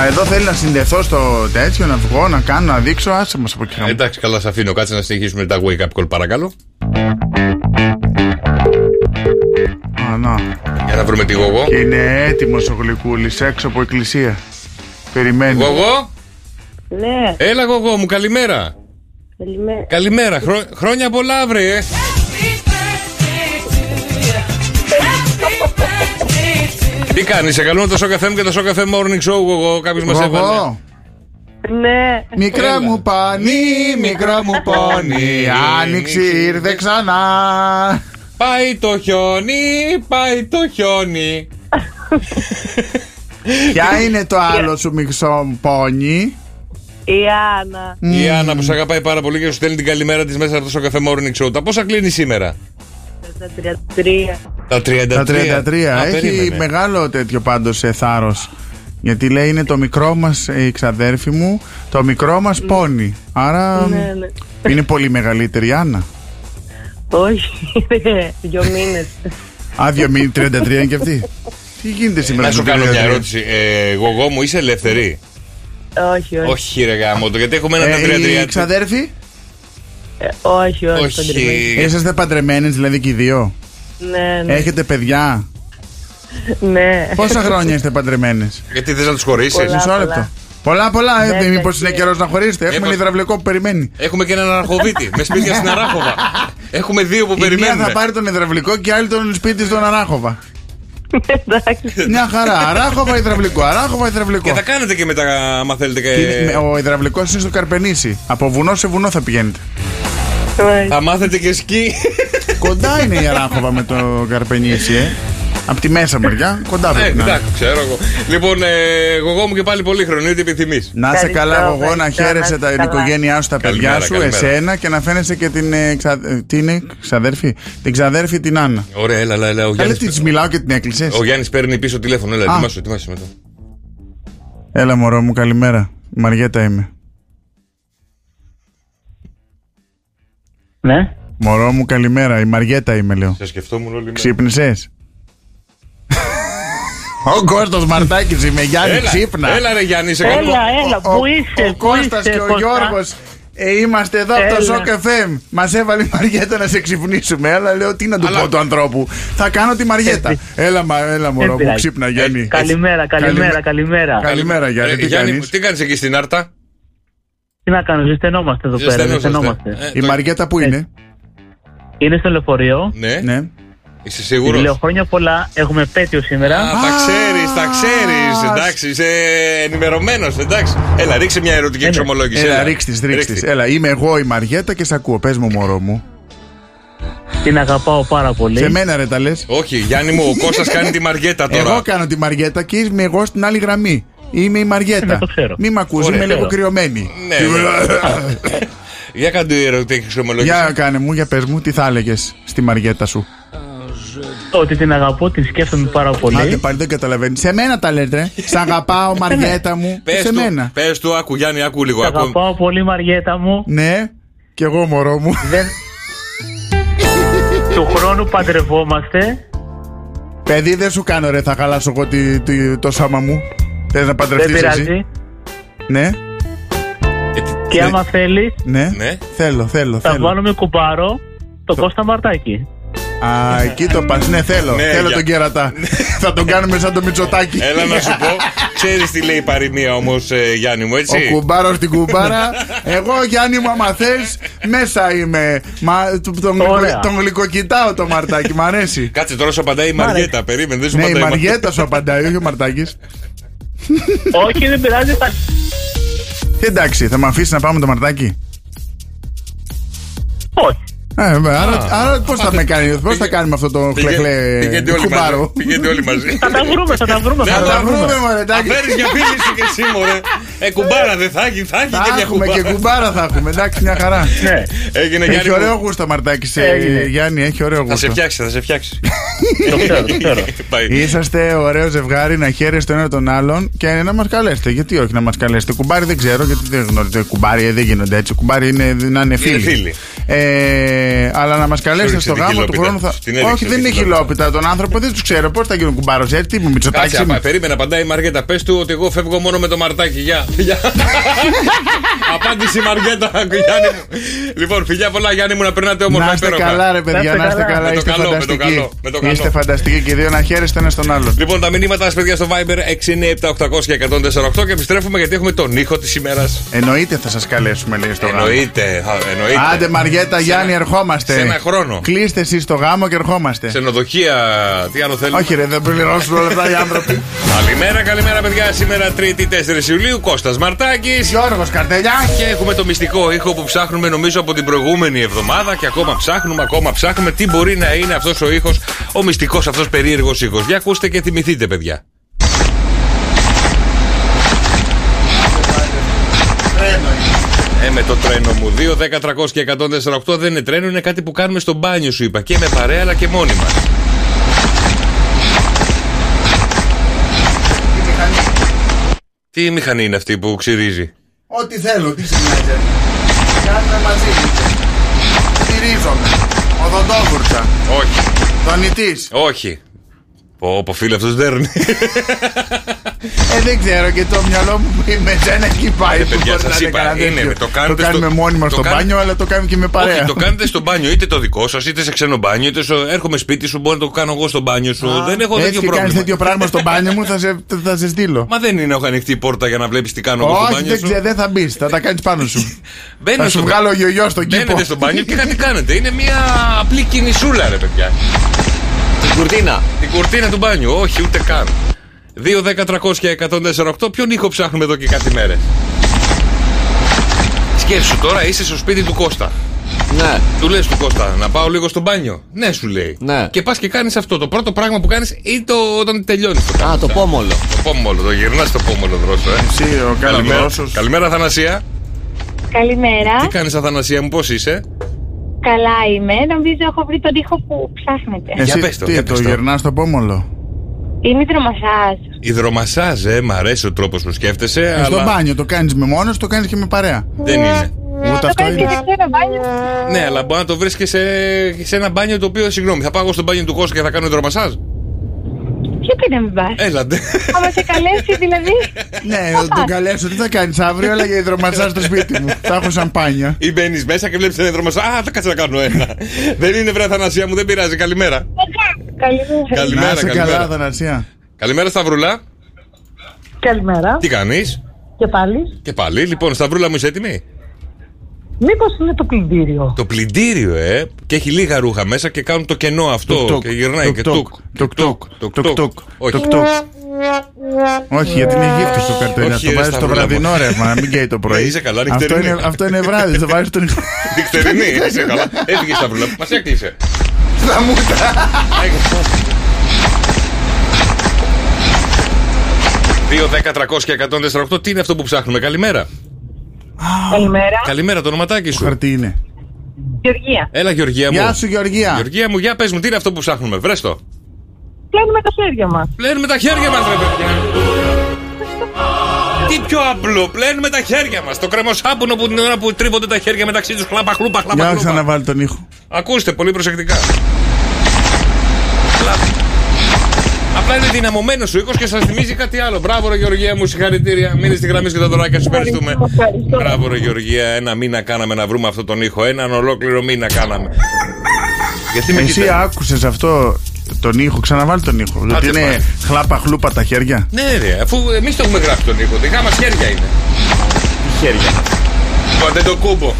Α, εδώ θέλει να συνδεθώ στο τέτοιο, να βγω, να κάνω, να δείξω. Άσε μας από εκεί. χαμ.
Εντάξει, καλά, σε αφήνω. Κάτσε να συνεχίσουμε τα wake up call, παρακαλώ.
Α, να.
Για να βρούμε τη γογό.
Και είναι έτοιμος ο Γλυκούλης έξω από εκκλησία. Περιμένει.
Γογό,
Ναι,
έλα γογό μου, καλημέρα.
καλημέρα.
Καλημέρα, Χρο- χρόνια πολλά, βρε. Τι κάνεις, σε καλούν το Shock FM και το Shock FM Morning Show, γογό. Κάποιος μας έβαλε.
Γογό,
Ναι,
μικρά μου πανί, μικρά μου πόνι. Άνοιξη ήρθε ξανά.
Πάει το χιόνι, πάει το χιόνι.
Ποια είναι το άλλο σου μιξό μου πόνι.
η Άννα.
Η Άννα που σε αγαπάει πάρα πολύ και σου στέλνει την καλημέρα της μέσα από το Shock FM Morning Show. Τα πόσα κλείνει σήμερα.
Τα 33.
Τα 33.
Τα 33.
Α,
Έχει
περίμενε.
μεγάλο τέτοιο πάντως σε θάρρος. Γιατί λέει είναι το μικρό μας, η ξαδέρφη μου, το μικρό μας πόνι. Άρα
Ναι, ναι.
είναι πολύ μεγαλύτερη η Άννα.
Όχι, ναι. ρε, δύο μήνες.
Άδεια μήνυ 33 είναι και αυτή. Τι γίνεται σήμερα
Να σου
με
κάνω μια
33?
ερώτηση. Ε, γογό μου, είσαι ελεύθερη.
όχι, όχι.
Όχι, ρε γάμο το, γιατί έχουμε ένα
Ε, οι
33.
ξαδέρφοι,
Ε, όχι, όχι. παντρεμένη.
Όχι.
είσαστε παντρεμένες δηλαδή και οι δύο.
Ναι, ναι.
Έχετε παιδιά.
ναι.
Ε,
Πόσα χρόνια είστε παντρεμένες
Γιατί θες να τους χωρίσεις.
Πολλά,
Μισό
πολλά.
λεπτό. Πολλά, πολλά.
Ναι,
Ε,
ναι,
Μήπως είναι καιρός να χωρίσετε. Έχουμε
Έχω-
υδραυλικό που περιμένει.
Έχουμε και έναν Αραχοβίτη με σπίτια στην Αράχοβα. Έχουμε δύο που
Η μία
περιμένουν.
θα πάρει τον υδραυλικό και η άλλη τον σπίτι στον Αράχοβα. Μια χαρά. Αράχοβα υδραυλικό. Αράχοβα
Και
υδραυλικό.
θα Ε. κάνετε και μετά, άμα θέλετε. και-
Είναι- με- Ο υδραυλικός είναι στο Καρπενήσι. Από βουνό σε βουνό θα πηγαίνετε.
Θα μάθετε και σκι.
Κοντά είναι η Αράχοβα με το Καρπενήσι, ε. Απ' τη μέσα μεριά, κοντά
Ε,
πρέπει να είναι.
εντάξει, ξέρω εγώ. Λοιπόν, ε, γογό μου και πάλι πολύ χρόνο, ό,τι επιθυμείς.
Να σε καλά, εγώ να χαίρεσαι τα, την οικογένειά σου, τα παιδιά
Καλημέρα,
σου,
καλημέρα.
εσένα και να φαίνεσαι και την. ε, ξα- ε, Τι είναι, ξαδέρφη, την ξαδέρφη την Άννα.
Ωραία, έλα, έλα. έλα, Ο
Καλή
Γιάννης,
της μιλάω και την έκλεισες.
ο Γιάννης παίρνει πίσω τηλέφωνο, έλα,
Α.
ετοιμάσου, ετοιμάσου μετά.
Έλα, μωρό μου, καλημέρα. Μαριέτα είμαι. Ναι. Μωρό μου, καλημέρα. Η Μαριέτα είμαι, λέω.
Σε σκεφτόμουν όλη μέρα.
Ξύπνησες. Ο Κώστας Μαρτάκης είμαι, Γιάννη
Έλα,
ξύπνα.
έλα, ρε Γιάννη, σε
Ο-
καλό.
ο-
έλα,
ο-
πού είσαι,
Ο
πού
Κώστας
είσαι,
και ο
Κώστα?
Γιώργος ε, είμαστε εδώ από το
Έλα.
Σοκ FM. Μας έβαλε η Μαριέτα να σε ξυπνήσουμε. Έλα, λέω τι να του
Αλλά-
πω του ανθρώπου. Θα κάνω τη Μαριέτα. Έλα, μα, έλα μωρό μου,
πειράζει.
ξύπνα, Γιάννη.
δηλαδή. Ε, καλημέρα, καλημέρα, καλημέρα.
Καλημέρα, Γιάννη,
Ε,
τι
Γιάννη,
κάνεις?
μου, τι κάνεις εκεί στην Άρτα.
Τι να κάνω, ζεσθενόμαστε εδώ πέρα.
Ζεσθενόμαστε.
Ζεσθενόμαστε.
Ε,
Η Μαριέτα που είναι.
Είναι στο λεωφορείο.
Ναι.
ναι.
Είσαι
Τη
σίγουρος.
λέω χρόνια πολλά. Έχουμε επέτειο σήμερα.
Α, τα ξέρεις, τα ξέρεις. Εντάξει, είσαι ενημερωμένος. Εντάξει. Έλα, ρίξε μια
Ε,
ερωτική
ναι.
εξομολόγηση.
Έλα, ρίξ της, ρίξ της. Έλα, είμαι εγώ η Μαριέτα και σε ακούω. Πες μου, μωρό μου.
Την αγαπάω πάρα πολύ.
Σε μένα, ρε, τα λες.
Όχι, Γιάννη μου, ο Κώστας κάνει τη μαριέτα τώρα.
Εγώ κάνω τη Μαριέτα και είμαι εγώ στην άλλη γραμμή. Είμαι η
Ναι,
Μαριέτα. Μη με ακούς,
Ωραία.
είμαι λίγο
Ξέρω.
κρυωμένη.
Ναι. Για κάντε ερωτική εξομολόγηση.
Για κάνε μου, για πες μου, τι θα έλεγες στη Μαριέτα σου.
Ότι την αγαπώ, την σκέφτομαι πάρα
Άντε
πολύ.
πάλι δεν καταλαβαίνεις. Σε μένα τα λέτε. Σ' αγαπάω, Μαριέτα μου.
Ναι. Πες
σε
του,
μένα.
Πες του, άκου Γιάννη, άκου λίγο.
Σ'
άκου.
αγαπάω πολύ, Μαριέτα μου.
Ναι, κι εγώ μωρό μου.
Του χρόνου παντρευόμαστε.
Παιδί, δεν σου κάνω ρε, θα χαλάσω εγώ τη- τη- το σώμα μου. Θες να
Δεν
παντρευτεί εσύ.
πειράζει.
Ναι,
Και
Ε,
ναι.
άμα θέλεις,
ναι. Θέλω, θέλω.
θα
θέλω.
βάλουμε κουμπάρο το Κώστα Μαρτάκη.
Α, εκεί το πας. Ναι, θέλω.
Ναι,
θέλω
για-
τον κέρατα. θα τον κάνουμε σαν το Μητσοτάκι.
Έλα να σου πω, ξέρεις τι λέει η παροιμία όμω, Γιάννη μου, έτσι.
Ο κουμπάρο στην κουμπάρα. Εγώ, Γιάννη μου, άμα θες, μέσα είμαι. Μα, του- τον,
Ωραία.
τον γλυκοκοιτάω το μαρτάκι, μ' αρέσει.
Κάτσε τώρα σου απαντάει η
Μ' αρέσει.
Μαριέτα. Περίμενε, δεν σου
ναι, η
απαντάει.
Μαριέτα σου απαντάει, όχι ο Μαρτάκης.
Όχι, δεν πειράζει. θα-
Εντάξει, θα με αφήσεις να πάμε το Μαρτάκι.
Όχι.
Ε, με, άρα,
Α.
άρα πώς θα με κάνει, πώς θα κάνουμε αυτό το
Πηγα-
χλεχλέ
πηγαίνετε όλοι μαζί.
κουμπάρο.
Πηγαίνετε όλοι μαζί.
Θα
Ε,
τα βρούμε, θα τα βρούμε.
Ναι, θα τα βρούμε,
μωρέ,
Θα
εντάξει.
φέρει για φίλη σου και εσύ, μωρέ. Ε, κουμπάρα δεν θα έχει, θα έχει
Θα
και μια
έχουμε και
κουμπάρα.
κουμπάρα θα έχουμε, εντάξει, μια χαρά.
Ναι,
Έγινε
Έχει
Γιάννη.
ωραίο
μου.
γούστο Μαρτάκη,
Έγινε.
Γιάννη, έχει ωραίο
Θα σε
γούστο.
φτιάξει, θα σε φτιάξει.
Το ξέρω, το ξέρω.
Πάει.
Είσαστε ωραίο ζευγάρι να χαίρεστε τον ένα τον άλλον και να μας καλέσετε. Γιατί όχι να μας καλέσετε. Κουμπάρι δεν ξέρω, γιατί δεν γνωρίζω. Κουμπάρι ε, δεν γίνονται έτσι. Κουμπάρι είναι να είναι φίλοι.
φίλοι.
Ε, αλλά να μας καλέσετε
έριξε
στο
την
γάμο του
χιλόπιτα.
χρόνου. Θα...
Στην έριξε
Όχι,
την
δεν είναι
χιλόπιτα.
χιλόπιτα. Τον άνθρωπο δεν τους ξέρω. Πώς θα γίνουν κουμπάρο έτσι. Τι
Κάτσε,
μου, Μητσοτάκη.
απα- περίμενε, απαντάει η Μαριέτα. Πες του ότι εγώ φεύγω μόνο με το μαρτάκι. Γεια. Γεια. Απάντηση η Μαριέτα, Γιάννη μου. Λοιπόν, φιλιά πολλά, Γιάννη μου, να περνάτε όμορφα.
Να είστε
υπέροχα.
καλά, ρε παιδιά, να είστε καλά.
Με το
Είστε
καλό, με το καλό. με το
φανταστικοί.
καλό.
Είστε φανταστικοί και οι δύο να χαίρεστε ένα τον άλλον.
Λοιπόν, τα μηνύματα, παιδιά, στο Viber 697-800 και 148 και επιστρέφουμε γιατί έχουμε τον ήχο της ημέρας.
Εννοείται θα σας καλέσουμε, λέει στο γάμο.
Εννοείται, α, εννοείται.
Άντε Μαριέτα, Γιάννη, ερχόμαστε.
σε ένα χρόνο.
Κλείστε εσείς το γάμο και ερχόμαστε.
Ξενοδοχεία, τι άλλο θέλουμε.
Όχι, ρε, δεν πληρώσουν όλα αυτά οι άνθρωποι.
Καλημέρα, καλημέρα, παιδιά. Σήμερα 3η 4 Ιουλίου, Κώστας Μαρτάκης
Γιώργος Καρτελιά.
Και έχουμε το μυστικό ήχο που ψάχνουμε, νομίζω, από την προηγούμενη εβδομάδα και ακόμα ψάχνουμε, ακόμα ψάχνουμε τι μπορεί να είναι αυτός ο ήχος, ο μυστικός αυτός περίεργος ήχος. Για ακούστε και θυμηθείτε, παιδιά. Ε, με το τρένο μου. 2, 10, 300 και 148 δεν είναι τρένο, είναι κάτι που κάνουμε στο μπάνιο, σου είπα. Και με παρέα, αλλά και μόνοι μας. Τι μηχανή είναι αυτή που ξυρίζει.
Ό,τι θέλω, τι σημαίνει. Κάνουμε μαζί. Στηρίζομαι. Οδοντόγουρτσα.
Όχι.
Δονητής.
Όχι. Πω, πω φίλε, αυτός δέρνει.
Ε, δεν ξέρω και το μυαλό μου με σένα εκεί πάει.
Ε,
που
παιδιά,
μπορεί να
σας
είναι
είπα,
κανένα
είναι,
τέτοιο.
το κάνετε
κάνουμε
στο-
μόνοι μας
το
στο
κάνετε-
μπάνιο, αλλά το κάνουμε και με
Όχι,
παρέα.
το κάνετε στο μπάνιο, είτε το δικό σας, είτε σε ξένο μπάνιο, είτε στο... έρχομαι σπίτι σου, μπορώ να το κάνω εγώ στο μπάνιο σου. δεν έχω
Έτσι
τέτοιο
και κάνεις
πρόβλημα.
τέτοιο πράγμα στο μπάνιο μου, θα σε- θα σε στείλω.
Μα δεν είναι έχω ανοιχτή η πόρτα για να βλέπεις τι κάνω εγώ στο
Όχι,
μπάνιο
δεν
σου.
ξέρω, δεν θα μπεις. Θα τα κάνεις πάνω σου.
Μπαίνετε
θα σου
στο-
βγάλω γιογιό στον κήπο.
Μπαίνετε στο μπάνιο και κάτι κάνετε. Είναι μια απλή κινησούλα, ρε παιδιά. Την κουρτίνα. Την κουρτίνα του μπάνιου, όχι, ούτε καν. 2, 10, 300 και 148, ποιον ήχο ψάχνουμε εδώ και κάτι μέρες. Σκέψου τώρα, είσαι στο σπίτι του Κώστα. Ναι. Του λες του Κώστα, να πάω λίγο στο μπάνιο. Ναι, σου λέει. Ναι. Και πας και κάνεις αυτό. Το πρώτο πράγμα που κάνεις ή το όταν τελειώνεις. Α, το πόμολο. Το πόμολο, το γυρνάς το πόμολο, δρόσο. Ε.
Εσύ, ο
Καλημέρα.
καλαμπρόσος.
Καλημέρα, Θανασία. Τι
Καλημέρα.
κάνεις, Αθανασία μου, πώς είσαι.
Καλά είμαι. Νομίζω έχω βρει τον ήχο που ψάχνετε.
Ε, Για
Εσύ
πες το,
τι,
για
το
πες το.
γυρνάς στο πόμολο.
Είμαι υδρομασάζ.
Υδρομασάζ, ε, μ' αρέσει ο τρόπος που σκέφτεσαι,
Ε, Στο
αλλά.
μπάνιο το κάνεις με μόνος, το κάνεις και με παρέα.
Δεν είναι.
Ούτε αυτό
κάνεις
είναι.
και σε ξένα μπάνια.
Ναι, αλλά μπορεί να το βρεις και σε, σε ένα μπάνιο το οποίο, συγγνώμη, θα πάω εγώ στο μπάνιο του Κώστα και θα κάνω υδρομασάζ.
Γιατί να μην πας.
Έλατε.
Άμα σε καλέσει δηλαδή.
Ναι, θα τον καλέσω. Τι θα κάνεις αύριο, αλλά για υδρομασάζ στο σπίτι μου. Θα έχω σαμπάνια.
Ή μπαίνεις μέσα και βλέπεις ένα υδρομασάζ. Α, θα κάτσε να κάνω ένα. δεν είναι βρε Θανασία μου, δεν πειράζει. Καλημέρα.
Καλημέρα.
Να
καλημέρα,
είσαι καλά,
καλημέρα.
Θανασία.
Καλημέρα, Σταυρούλα.
Καλημέρα.
Τι κάνεις.
Και πάλι.
Και πάλι, λοιπόν, Σταυρούλα μου είσαι έτοιμη.
Μήπως είναι το πλυντήριο.
Το πλυντήριο, ε, και έχει λίγα ρούχα μέσα και κάνουν το κενό αυτό.
Τουκ-τουκ,
και γυρνάει και
τουκ-τουκ,
τουκ. Τουκ-τουκ. Τουκ-τουκ. Όχι.
τουκ-τουκ. Όχι, γιατί είναι γύφτη το καρτέλι.
Όχι,
Αυτό
ρε,
βάζεις το
Σταυρούλα μου.
βραδινό ρεύμα, να μην καίει το πρωί.
Ναι, είσαι καλά,
αυτό,
νυχτερινή.
είναι, αυτό είναι βράδυ, το βάζεις τον.
Νυχτερινή, είσαι καλά. Έφυγε Σταυρούλα, μας έκλεισε.
Θα μου τα.
2, 10, 300 και 148, τι είναι αυτό που ψάχνουμε. Καλημέρα.
Καλημέρα.
Καλημέρα, το ονοματάκι σου.
Χαρτί είναι.
Γεωργία.
Έλα, Γεωργία μου.
Γεια σου, Γεωργία.
Γεωργία μου, για πες μου, τι είναι αυτό που ψάχνουμε. Βρες το.
Πλένουμε τα χέρια μας.
Πλένουμε τα χέρια μας, ρε παιδιά. Τι πιο απλό, πλένουμε τα χέρια μας. Το κρεμοσάπουνο που την ώρα που τρίβονται τα χέρια μεταξύ τους, χλάπα, χλούπα, χλάπα.
Για να
χλούπα.
ξαναβάλει τον ήχο.
Ακούστε πολύ προσεκτικά. Απλά- Απλά είναι δυναμωμένος ο οίκος και σας θυμίζει κάτι άλλο. Μπράβο, ρε Γεωργία μου, συγχαρητήρια. Μείνε στη γραμμή σου και τα δωράκια σου. Ευχαριστούμε. Μπράβο, ρε Γεωργία. Ένα μήνα κάναμε να βρούμε αυτόν τον ήχο. Έναν ολόκληρο μήνα κάναμε. Γιατί με
Εσύ
κοιτάς?
άκουσες αυτό τον ήχο, ξαναβάλει τον ήχο. Δηλαδή
Άντε,
είναι
πάλι.
χλάπα χλούπα τα χέρια.
Ναι, ρε, αφού εμείς το έχουμε γράψει τον ήχο. Δικά μα χέρια είναι.
Χέρια.
Πάτε το κούμπο.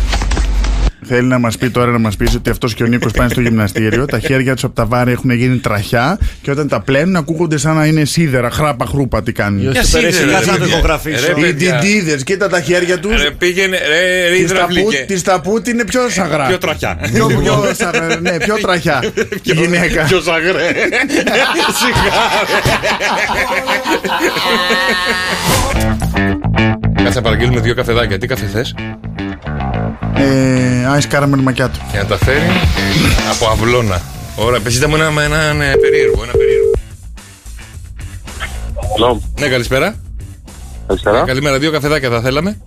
Θέλει να μας πει τώρα να μας πει ότι αυτός και ο Νίκος πάνε στο γυμναστήριο. τα χέρια τους από τα βάρη έχουν γίνει τραχιά και όταν τα πλένουν ακούγονται σαν να είναι σίδερα, χράπα χρούπα τι κάνουν.
Για σίδερα, σίδερα, ρε, να το παιδιά. ηχογραφήσω. Ρε,
Οι
παιδιά.
ντιντίδε, κοίτα τα χέρια τους.
Ρε, πήγαινε, ρε, ρε, υδραυλίκε.
Τη ταπούτ είναι πιο σαγρά.
Πιο τραχιά.
Πιο, πιο σα- ναι, πιο τραχιά. Η γυναίκα.
Πιο σαγρέ. Κάτσε να παραγγείλουμε δύο καφεδάκια. Τι καφέ θες?
Ε, Ice Caramel Macchiato.
Και να τα φέρει από αυλώνα. Ωραία, πεσίτα μου ένα, ένα, ένα περίεργο. Ένα περίεργο. Ναι, καλησπέρα.
Καλησπέρα.
Καλημέρα, δύο καφεδάκια θα θέλαμε.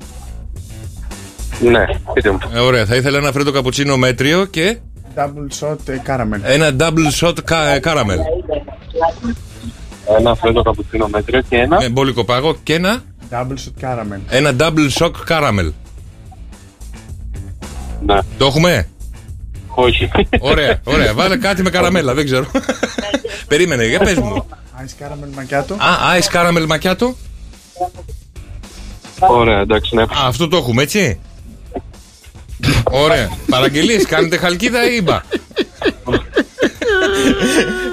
Ναι, πείτε μου.
Ε, ωραία, θα ήθελα ένα φρέτο καπουτσίνο μέτριο και
Double shot ε, caramel.
ένα double shot κα, ε, caramel.
Ένα φρέντο καπουτσίνο μέτριο και ένα.
Με μπόλικο πάγο και ένα,
Double shot caramel.
ένα double shock caramel.
Ναι.
Το έχουμε.
Όχι.
Ωραία, ωραία. Βάλε κάτι με καραμέλα, δεν ξέρω. Περίμενε, για πες μου.
Ice Caramel Macchiato.
Α, ice caramel μακιάτο. Α,
Ωραία, εντάξει, ναι.
αυτό το έχουμε, έτσι. Ωραία. Παραγγελίες, κάνετε χαλκίδα ή μπα.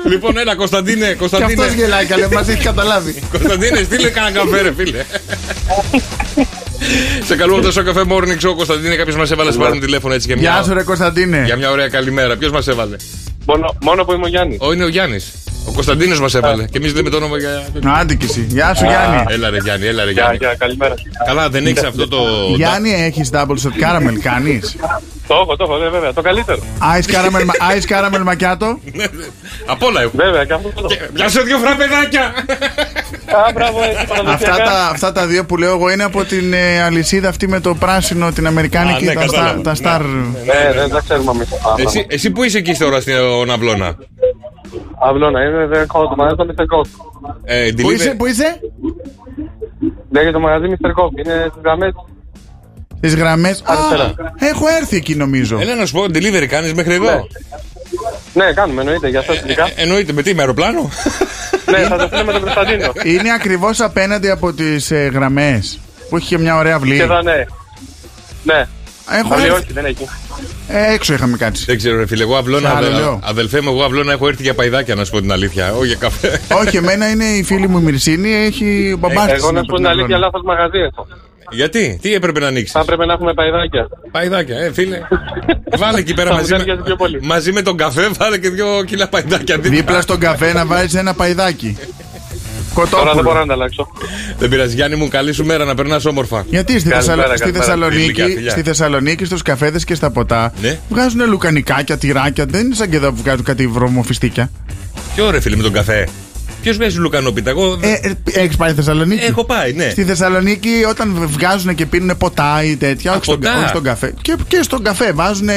λοιπόν, έλα, Κωνσταντίνε,
Και αυτός
Κωνσταντίνε.
γελάει καλέ, μας έχει καταλάβει.
Κωνσταντίνε, στείλε κανένα καφέ, ρε φίλε. Σε καλούμε τόσο καφέ morning show, Κωνσταντίνε. Κάποιος μας έβαλε να σε πάρουμε τηλέφωνο έτσι και μια.
Γεια σου, ρε Κωνσταντίνε.
Για μια ωραία καλημέρα. Ποιος μας έβαλε.
Μόνο, μόνο που είμαι ο Γιάννης.
Ο είναι ο Γιάννης. Ο Κωνσταντίνος μας έβαλε. Και εμείς λέμε το όνομα για.
Άντε κι εσύ. Γεια σου, Γιάννη.
Έλα ρε Γιάννη, έλα ρε Γιάννη.
καλημέρα.
Καλά, δεν έχεις αυτό το.
Γιάννη, έχεις double shot caramel, κάνεις.
Το έχω, το έχω, ναι, βέβαια. Το καλύτερο.
Ice caramel, ice caramel macchiato.
Απ' όλα έχουμε.
Βέβαια, και αυτό το έχω.
Πιάσε δύο φραπεδάκια!
Α, μπράβο, έτσι,
αυτά,
παραδοσιακά.
τα, αυτά τα δύο που λέω εγώ είναι από την ε, αλυσίδα αυτή με το πράσινο, την Αμερικάνικη,
Α, ναι,
τα,
κατάλαβα.
στα, τα star.
Ναι, δεν τα ναι, ξέρουμε εμείς.
Εσύ, εσύ που είσαι εκεί τώρα στην Ναυλώνα.
Αβυλώνα είμαι, δεν έχω το μαγαζί, το Mr. Coffee.
Ε,
Πού είσαι, πού είσαι?
Λέγεται Ναι, το μαγαζί Mr. Coffee, είναι στις γραμμές.
Τις γραμμές. Α,
Αριστερά.
έχω έρθει εκεί νομίζω.
Έλα να σου πω, delivery κάνεις μέχρι
Ναι,
εδώ. Ε,
Ναι, κάνουμε εννοείται, για σας ειδικά.
Εννοείται, με τι, με αεροπλάνο.
Ναι, θα το στείλω με τον Κωνσταντίνο.
Είναι ακριβώς απέναντι από τις ε, γραμμές. Που έχει και μια ωραία αυλή.
Σχεδόν ναι. Ναι.
Έχω
Αυλή,
έρθει.
όχι, δεν έχει.
Ε, έξω είχαμε κάτι.
Δεν ξέρω, ρε φίλε, εγώ αυλώνα,
Σ' άλλο
αδε-
λέω.
αδελφέ μου, εγώ αυλώνα έχω έρθει για παϊδάκια να σου πω την αλήθεια. Όχι για καφέ.
Όχι, εμένα είναι η φίλη μου η Μυρσίνη, έχει ο μπαμπάς της
Εγώ
είναι
να σου
από
πω την
Αυλώνα.
αλήθεια, λάθος μαγαζί έχω.
Γιατί, τι έπρεπε να ανοίξεις.
Θα έπρεπε να έχουμε παϊδάκια.
Παϊδάκια, ε, φίλε. Βάλε εκεί πέρα
Θα
μαζί
μου
με,
ταιριάζει πιο πολύ.
μαζί με τον καφέ, βάλε και δύο κιλά παϊδάκια.
Δίπλα στον καφέ να βάζεις ένα παϊδάκι.
Τώρα δεν μπορώ
Κοτόπουλο.
να τα αλλάξω.
Δεν πειράζει, Γιάννη μου, καλή σου μέρα να περνάς όμορφα.
Γιατί στη,
Καλημέρα,
Θεσσαλο- στη
καλημέρα.
Θεσσαλονίκη,
Φιλικά, φιλιά.
στη Θεσσαλονίκη στους καφέδες και στα ποτά
Ναι.
βγάζουν λουκανικάκια, τυράκια, δεν είναι σαν και εδώ που βγάζουν κάτι βρωμοφιστίκια.
Ποιο ρε φίλε με τον καφέ. Ποιος βγάζει λουκανόπιτα, εγώ.
Ε, ε, έχεις πάει Θεσσαλονίκη.
Έχω πάει, ναι.
Στη Θεσσαλονίκη όταν βγάζουν και πίνουν ποτά ή τέτοια, όχι, στον,
ποτά.
όχι στον καφέ. Και, και στον καφέ βάζουν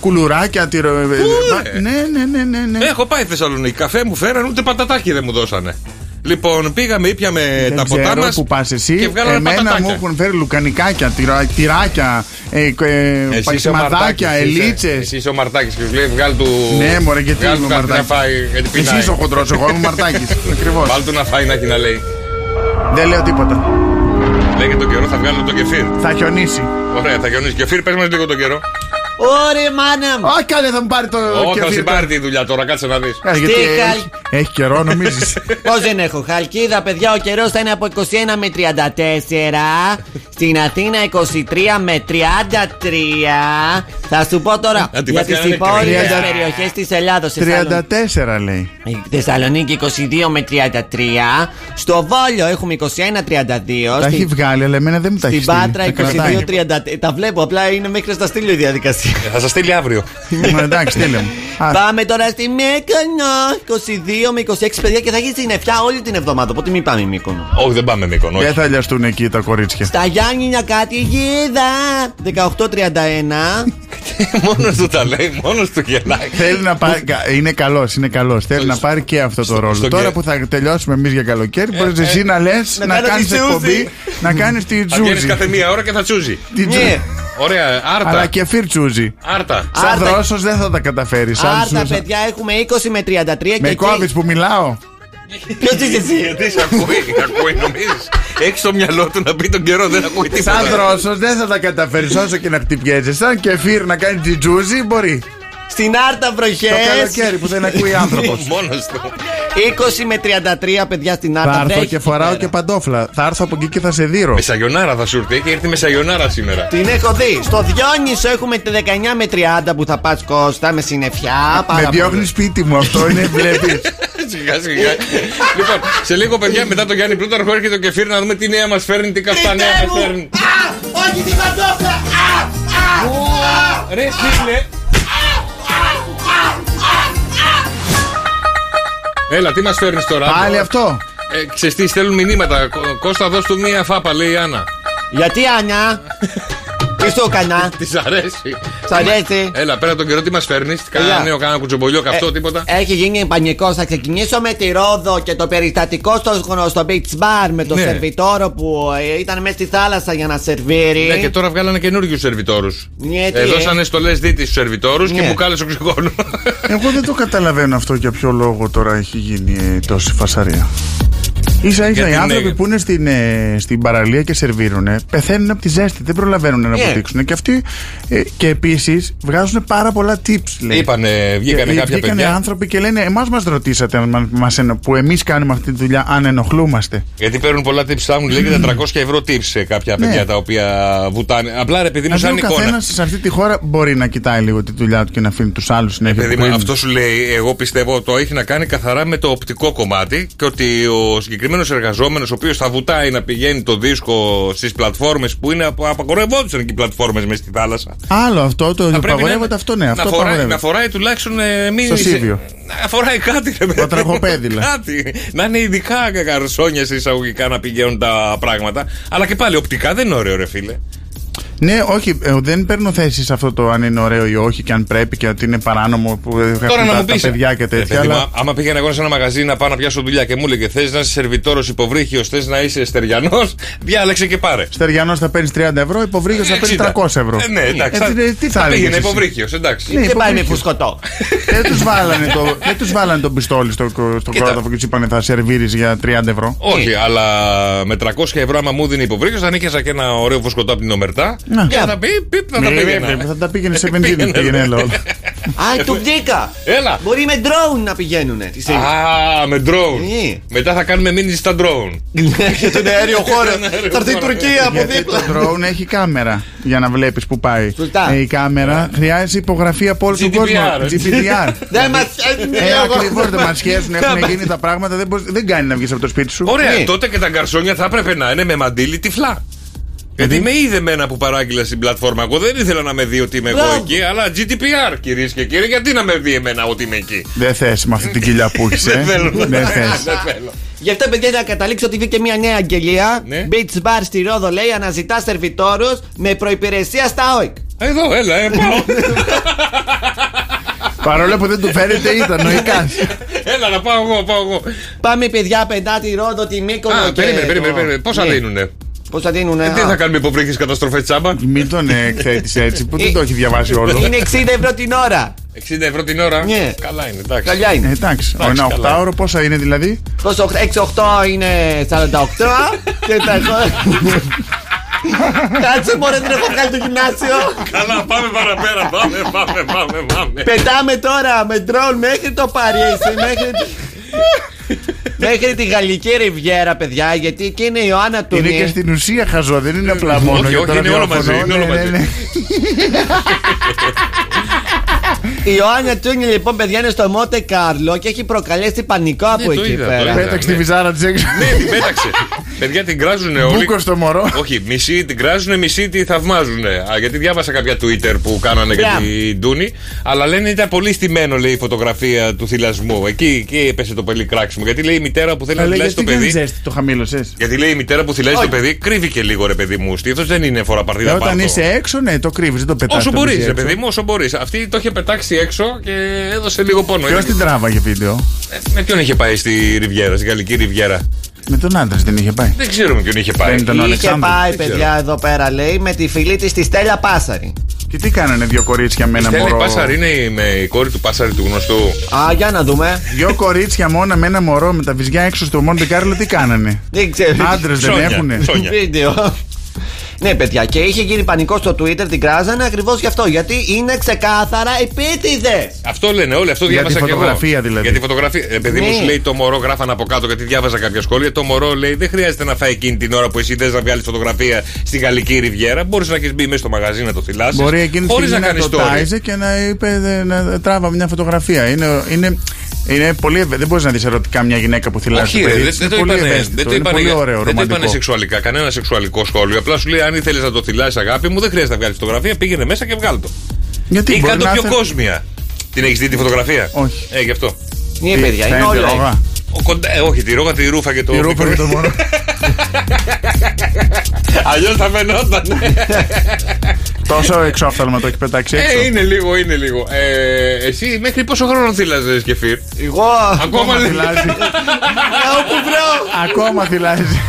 κουλουράκια, τυρο...
ρε. Ε,
Ναι, ναι, ναι, ναι, ναι.
Έχω πάει Θεσσαλονίκη. Καφέ μου φέραν, ούτε πατατάκι δεν μου δώσανε. Λοιπόν, πήγαμε, ήπιαμε
Δεν
τα ποτά
ξέρω
μα.
που πας εσύ.
και βγάλανε
Εμένα
πατατάκια.
μου έχουν φέρει λουκανικάκια, τυρα- τυράκια, ε, ε,
Εσύ είσαι ο
παξιμαδάκια,
Μαρτάκης, είσαι.
ελίτσες.
Εσύ είσαι ο Μαρτάκης και σου λέει βγάλ του.
Ναι, μωρέ, γιατί
βγάλ
είμαι
του
ο
κάτι να
Μαρτάκης.
φάει. Γιατί
Εσύ
πεινάει.
είσαι ο χοντρός, εγώ είμαι ο Μαρτάκης. Ακριβώς.
Βάλ του να φάει να έχει να λέει.
Δεν λέω τίποτα.
Λέει και τον καιρό θα βγάλω το κεφίρ.
Θα χιονίσει.
Ωραία, θα γιονίσει κεφίρ, πες μας λίγο τον καιρό.
Ωρε μάνα μου.
Όχι, καλέ, θα μου πάρει το
Όχι, θα
κεφίρ
την
τώρα.
πάρει τη δουλειά τώρα, κάτσε να δεις.
Ε, γιατί
Τι
έχεις,
καλ-
έχεις καιρό, νομίζεις.
Πώς δεν έχω. Χαλκίδα, παιδιά, ο καιρός θα είναι από 21 με 34. Στην Αθήνα 23 με 33. Θα σου πω τώρα
Να την
για
πας
τι
και να είναι
υπόλοιπε
30.
περιοχές της Ελλάδος.
34 λέει.
Θεσσαλονίκη 22 με 33. Στο Βόλιο έχουμε 21-32.
Τα έχει
Στην,
βγάλει, αλλά εμένα δεν μου τα έχει
στην
στείλει.
Πάτρα
Τα κρατάει.
22-33. Τα βλέπω, απλά είναι μέχρι να στα στείλω η διαδικασία.
Θα σας στείλει αύριο.
Ε, Εντάξει, στείλε μου. Α,
Πάμε τώρα στη Μύκονο 22 με 26 παιδιά και θα έχει συννεφιά όλη την εβδομάδα. Οπότε μην πάμε Μύκονο.
Όχι, δεν πάμε Μύκονο.
Δεν
όχι.
Ε, θα λιαστούν εκεί τα κορίτσια.
Στα Γιάννηνα κάτι γίδα 18-31
Μόνος του τα λέει, μόνος του γελάει.
Θέλει να πάρει. κα- Είναι καλός, είναι καλός. Θέλει να πάρει και αυτό το ρόλο.
στον
Τώρα
και-
που θα τελειώσουμε εμείς για καλοκαίρι, μπορεί εσύ να λες
να
να
κάνω Ε, τη
κάνει
τσούζη.
εκπομπή, να κάνεις τη
Θα βγαίνεις
τζούζι.
κάθε μία ώρα και θα τσούζει.
Την τζούζι.
Ναι.
Ωραία, άρτα.
Αλλά και φίρ τζούζι.
Άρτα.
Σαν
Άρτα.
δρόσος δεν θα τα καταφέρεις.
Άρτα παιδιά έχουμε 20 με 33 και
Με κόβει που μιλάω.
Ποιος είσαι εσύ
Γιατί σε ακούει, ακούει νομίζεις Έχεις στο μυαλό του να πει τον καιρό, δεν ακούει τίποτα.
Σαν δρόσος δεν θα τα καταφέρεις όσο και να χτυπιέσαι. Σαν και φίρ να κάνει τη τζούζι μπορεί.
Στην Άρτα
Το
βροχές
καλοκαίρι που δεν ακούει άνθρωπος.
Μόνος του.
20 με 33 παιδιά στην Άρτα
Θα έρθω
βρέχει
και φοράω
εκεί
και
πέρα.
παντόφλα. Θα έρθω από εκεί και θα σε δείρω.
Με σαγιονάρα θα σου έρθει, έχει έρθει με σαγιονάρα σήμερα.
την έχω δει. Στο Διόνυσο έχουμε τη 19 με 30 που θα πας Κώστα με συννεφιά. πάρα
Με
πολύ.
διώχνει σπίτι μου αυτό είναι βλέπεις.
Σιγά σιγά. λοιπόν, σε λίγο παιδιά μετά το Γιάννη Πλούταρχο έρχεται το κεφίρ να δούμε τι νέα μας φέρνει, τι καυτά νέα
Χριστέ
μας
μου!
φέρνει.
Α! Όχι την παντόφλα! Α! Α! Α!
Ρε φίλε. Έλα, τι μας φέρνεις τώρα.
Πάλι αυτό.
Ε, ξέρεις τι, στέλνουν μηνύματα. Κω- Κώστα, δώσ' του μία φάπα, λέει η Άννα.
Γιατί Άνια Τι σου έκανα
Της αρέσει.
Σ' αρέσει
Έλα, πέρα τον καιρό, τι μας φέρνεις. Κάνα
Έλα.
νέο, κάνα κουτσομπολιό, καυτό,
Ε,
τίποτα.
Έχει γίνει πανικό. Θα ξεκινήσω με τη Ρόδο και το περιστατικό στο, γνω- στο beach bar με τον
Ναι.
σερβιτόρο που ε, ήταν μέσα στη θάλασσα για να σερβίρει.
Ναι, και τώρα βγάλανε καινούριους σερβιτόρους.
Ναι, τι,
ε,
ε.
δώσανε στολέ δίτη στου σερβιτόρους και
Ναι.
μπουκάλες οξυγόνου.
Εγώ δεν το καταλαβαίνω αυτό για ποιο λόγο τώρα έχει γίνει ε, τόση φασαρία. σα ίσα
Γιατί
οι άνθρωποι
ναι.
που είναι στην, ε, στην παραλία και σερβίρουν πεθαίνουν από τη ζέστη, δεν προλαβαίνουν να
Ναι.
αποτύξουν. Και αυτοί ε, και επίσης βγάζουν πάρα πολλά tips, λέει.
Είπανε,
Και, ε,
βγήκανε κάποια
βγήκανε
παιδιά.
άνθρωποι και λένε: Εμάς μας ρωτήσατε αν μα- μας ενο- που εμείς κάνουμε αυτή τη δουλειά, αν ενοχλούμαστε.
Γιατί παίρνουν πολλά tips, φτάνουν λέγεται 300 ευρώ tips σε κάποια
Ναι.
παιδιά τα οποία βουτάνε. Απλά ρε παιδί μου,
Δηλαδή,
σαν
ο καθένα
εικόνα.
σε αυτή τη χώρα μπορεί να κοιτάει λίγο τη δουλειά του και να αφήνει τους άλλους συνέχεια.
Παιδί
που
μου,
είναι.
αυτό σου λέει, εγώ πιστεύω το έχει να κάνει καθαρά με το οπτικό κομμάτι και ότι ο συγκεκριμένος εργαζόμενος, ο οποίος θα βουτάει να πηγαίνει το δίσκο στις πλατφόρμες που είναι απο- απαγορευόντουσαν και οι πλατφόρμες μες στη θάλασσα.
Άλλο αυτό, το
Θα πρέπει να-
απαγορεύεται αυτό, ναι. Αυτό
να, φοράει,
απαγορεύεται.
να φοράει τουλάχιστον ε, μην
Στο
είσαι-
σίβιο.
Να φοράει κάτι. Ρε, παιδί μου.
τραχοπέδι, λέει.
Κάτι. Να είναι ειδικά γαρσόνια σε εισαγωγικά να πηγαίνουν τα πράγματα. Αλλά και πάλι οπτικά δεν είναι ωραίο, ρε φίλε.
Ναι, όχι, ε, δεν παίρνω θέση σε αυτό το αν είναι ωραίο ή όχι και αν πρέπει και ότι είναι παράνομο που
Τώρα
έχουν
να
τα,
μου
τα
πεις,
παιδιά και
ρε
τέτοια.
παιδί μου,
αλλά...
α- Άμα πήγαινα εγώ σε ένα μαγαζί να πάω να πιάσω δουλειά και μου έλεγε Θες να είσαι σερβιτόρος υποβρύχιος, θες να είσαι στεριανός, διάλεξε και πάρε.
Στεριανός θα παίρνεις 30 ευρώ, υποβρύχιος θα παίρνει
60.
300 ευρώ.
Ε, ναι, εντάξει.
Ε, τι-
θα-
τι
θα
θα έλεγε.
πήγαινε υποβρύχιος, εντάξει.
Ναι,
Και πάει με
υποβρύχιος.
φουσκωτό.
Δεν τους βάλανε, το, δεν τους βάλανε τον πιστόλι στο, στο
Κοίτα.
κρόταφο και τους είπανε θα σερβίρεις για 30 ευρώ.
Όχι, αλλά με 300 ευρώ, άμα μου δίνει υποβρύχιος, θα νίκησα και ένα ωραίο φουσκωτό από την Ομερτά.
Ναι.
Να.
Και θα τα πει, πιπ, θα Ε, τα
Ναι,
πήγαινα.
βέβαια, Θα τα πήγαινε σε βενζίνη,
ναι.
πήγαινε έλα όλα.
Α, του βγήκα!
Έλα!
Μπορεί με drone να πηγαίνουνε. τις είδες.
Α, με drone.
Ναι.
Μετά θα κάνουμε μήνυση στα drone.
Για τον αέριο χώρο.
Τον αέριο
Θα έρθει η
χώρο.
Τουρκία από
Γιατί το
δίπλα.
drone έχει κάμερα για να βλέπεις που πάει.
Σωστά.
Ε, η κάμερα χρειάζεται υπογραφή από όλο τον κόσμο.
GDPR, ε.
GDPR.
Δεν μας
Ε, ακριβώ δεν μας σχέζουν, ναι, έχουν γίνει τα πράγματα, δεν, μπορείς- δεν κάνει να βγεις από το σπίτι σου.
Ωραία,
Ναι.
τότε και τα γκαρσόνια θα έπρεπε να είναι με μαντίλι τυφλά. Γιατί με είδε μένα που παράγγειλα στην πλατφόρμα. Εγώ δεν ήθελα να με δει ότι είμαι εγώ
Μπράβο.
εκεί, αλλά GDPR κυρίες και κύριοι, γιατί να με δει εμένα ότι είμαι εκεί.
Δεν θες με αυτή την κοιλιά που έχεις.
Δεν θέλω να
ε. Δεν θες.
Δεν θέλω.
Γι' αυτό, παιδιά, να καταλήξω ότι βγήκε μια νέα αγγελία. Beach bar στη Ρόδο λέει αναζητά σερβιτόρους με προπηρεσία στα ΟΙΚ.
Εδώ, έλα, ε, πάω.
Παρόλο που δεν του φαίνεται, ήταν ο Ικάς.
Έλα να πάω εγώ, πάω εγώ.
Πάμε, παιδιά, πεντάτη Ρόδο, τη Μύκονο
Α,
και
περίμενε,
το-
περίμενε, περίμενε. Πόσα
Ναι.
δίνουνε.
Πόσα δίνουνε.
Ε, Τι
α.
θα κάνουμε υποβρύχε καταστροφές τσάμπα.
Μην τον εκθέτει έτσι, που δεν το έχει διαβάσει όλο.
Είναι 60 ευρώ την ώρα.
60 ευρώ την ώρα.
Ναι.
Καλά είναι, εντάξει.
Καλιά είναι.
Ε, Εντάξει,
Εντάξει,
ένα
καλά.
οχτάωρο πόσα είναι δηλαδή.
Πόσο, 6-8 είναι 48 και τα έχω. Κάτσε μωρέ δεν έχω βγάλει το γυμνάσιο
Καλά, πάμε παραπέρα. Πάμε, πάμε, πάμε, πάμε.
Πετάμε τώρα με ντρόν μέχρι το Παρίσι Μέχρι, μέχρι τη Γαλλική Ριβιέρα παιδιά Γιατί εκεί είναι η Ιωάννα του
Είναι και στην ουσία χαζό, δεν είναι απλά μόνο.
Όχι,
για το
όχι, είναι όλο
ραδιόφωνο.
μαζί. Είναι
Ναι,
όλο
ναι,
μαζί.
ναι.
Η Ιωάννα Τούνι λοιπόν παιδιά είναι στο Μότε Κάρλο Και έχει προκαλέσει πανικό από
Ε, το
εκεί
είδα, το
πέρα
είδα.
Πέταξε τη
Ναι.
βυζάρα της έξω.
Ναι, την πέταξε. Παιδιά την κράζουνε όλοι.
Μπούκο στο μωρό.
Όχι, μισή την κράζουνε, μισή τη θαυμάζουνε. Α, γιατί διάβασα κάποια Twitter που κάνανε για
Μπράβο.
την Τούνη. Αλλά λένε ήταν πολύ στημένο, λέει, η φωτογραφία του θυλασμού. Εκεί, εκεί έπεσε το πολύ κράξιμο. Γιατί λέει η μητέρα που θέλει να
Αλλά
θυλάσει το
γιατί δεν
παιδί.
ζέστη, το χαμήλωσες.
Γιατί λέει η μητέρα που θυλάζει το παιδί, κρύβει και λίγο ρε παιδί μου. Στήθο δεν είναι φορά παρτίδα
Ε, Όταν
πάρτο.
είσαι έξω, ναι, το κρύβεις, δεν το πετάς
Όσο
το
μπορείς,
μισή
ρε
έξω.
παιδί μου, όσο μπορείς. Αυτή το είχε πετάξει έξω και έδωσε λίγο πόνο.
Ποιος
Έλεγε-
την τράβαγε βίντεο.
Ε, Με ποιον είχε πάει στη Ριβιέρα, στη Γαλλική Ριβιέρα.
Με τον άντρα δεν είχε πάει.
Δεν ξέρουμε ποιον είχε πάει.
Δεν ήταν ο
Είχε
Αλεξάνδρου.
πάει
Δεν ξέρω.
παιδιά εδώ πέρα λέει Με τη φιλή της τη Στέλλα Πάσαρη
Και τι κάνανε δύο κορίτσια με ένα
Στέλνει
μωρό.
Πάσαρη είναι η, με η κόρη του Πάσαρη του γνωστού.
Α για να δούμε
Δύο κορίτσια μόνο με ένα μωρό με τα βυζιά έξω στο Μόντε Κάρλο, τι κάνανε.
Δεν
Ε,
ξέρω
Άντρες δεν
Ψώνια,
έχουνε.
ψώνια.
Βίντεο. Ναι, παιδιά, και είχε γίνει πανικό στο Twitter, την κράζανε ακριβώς γι' αυτό. Γιατί είναι ξεκάθαρα επίτηδες.
Αυτό λένε όλοι, αυτό
Για
διάβασα
τη
και εγώ.
φωτογραφία δηλαδή.
Για τη φωτογραφία. Ε, παιδί μου
Ναι.
σου λέει το μωρό, γράφαν από κάτω γιατί διάβαζα κάποια σχόλια. Το μωρό λέει δεν χρειάζεται να φάει εκείνη την ώρα που εσύ θες να βγάλεις φωτογραφία στη Γαλλική Ριβιέρα. Μπορείς να έχεις μπει μέσα στο μαγαζί να το θυλάσεις.
Μπορεί εκείνη τη
Χωρίς
στιγμή
να
να,
κάνεις
το
story.
τάιζε και να είπε «Δε, να τράβα μια φωτογραφία. Είναι, είναι, είναι πολύ ευαίσθητο. Δεν μπορείς να δεις ερωτικά μια γυναίκα που θυλάζει.
Όχι,
το
ρε,
παιδί
δεν
της.
δεν το
Είναι πολύ
είπανε,
ευαίσθητο.
δεν το
Είναι
είπανε,
πολύ ωραίο,
δεν το είπανε
ρομαντικό.
σεξουαλικά, κανένα σεξουαλικό σχόλιο. Απλά σου λέει αν ήθελες να το θυλάσει αγάπη μου, δεν χρειάζεται να βγάλεις φωτογραφία, πήγαινε μέσα και βγάλει το.
Γιατί
Ή
μπορεί
κάτω
να
πιο
θε-
κόσμια. Την έχεις δει τη φωτογραφία.
Όχι.
Ε, γι' αυτό.
Ναι,
Τι,
παιδιά,
θα
είναι
είναι
όλα.
ρόγα?
έτσι.
Ο κοντά, ε, όχι, τη ρόγα, τη ρούφα και το.
Τι ρούφα με το μωρό.
Αλλιώς θα φαινόταν.
Τόσο εξόφθαλμα το έχει πετάξει έξω.
ε, είναι λίγο, είναι λίγο. Ε, εσύ μέχρι πόσο χρόνο θύλαζε και φύρ.
Εγώ.
Ακόμα λέει.
θυλάζει.
Ε, Όπου βρω.
Ακόμα θυλάζει.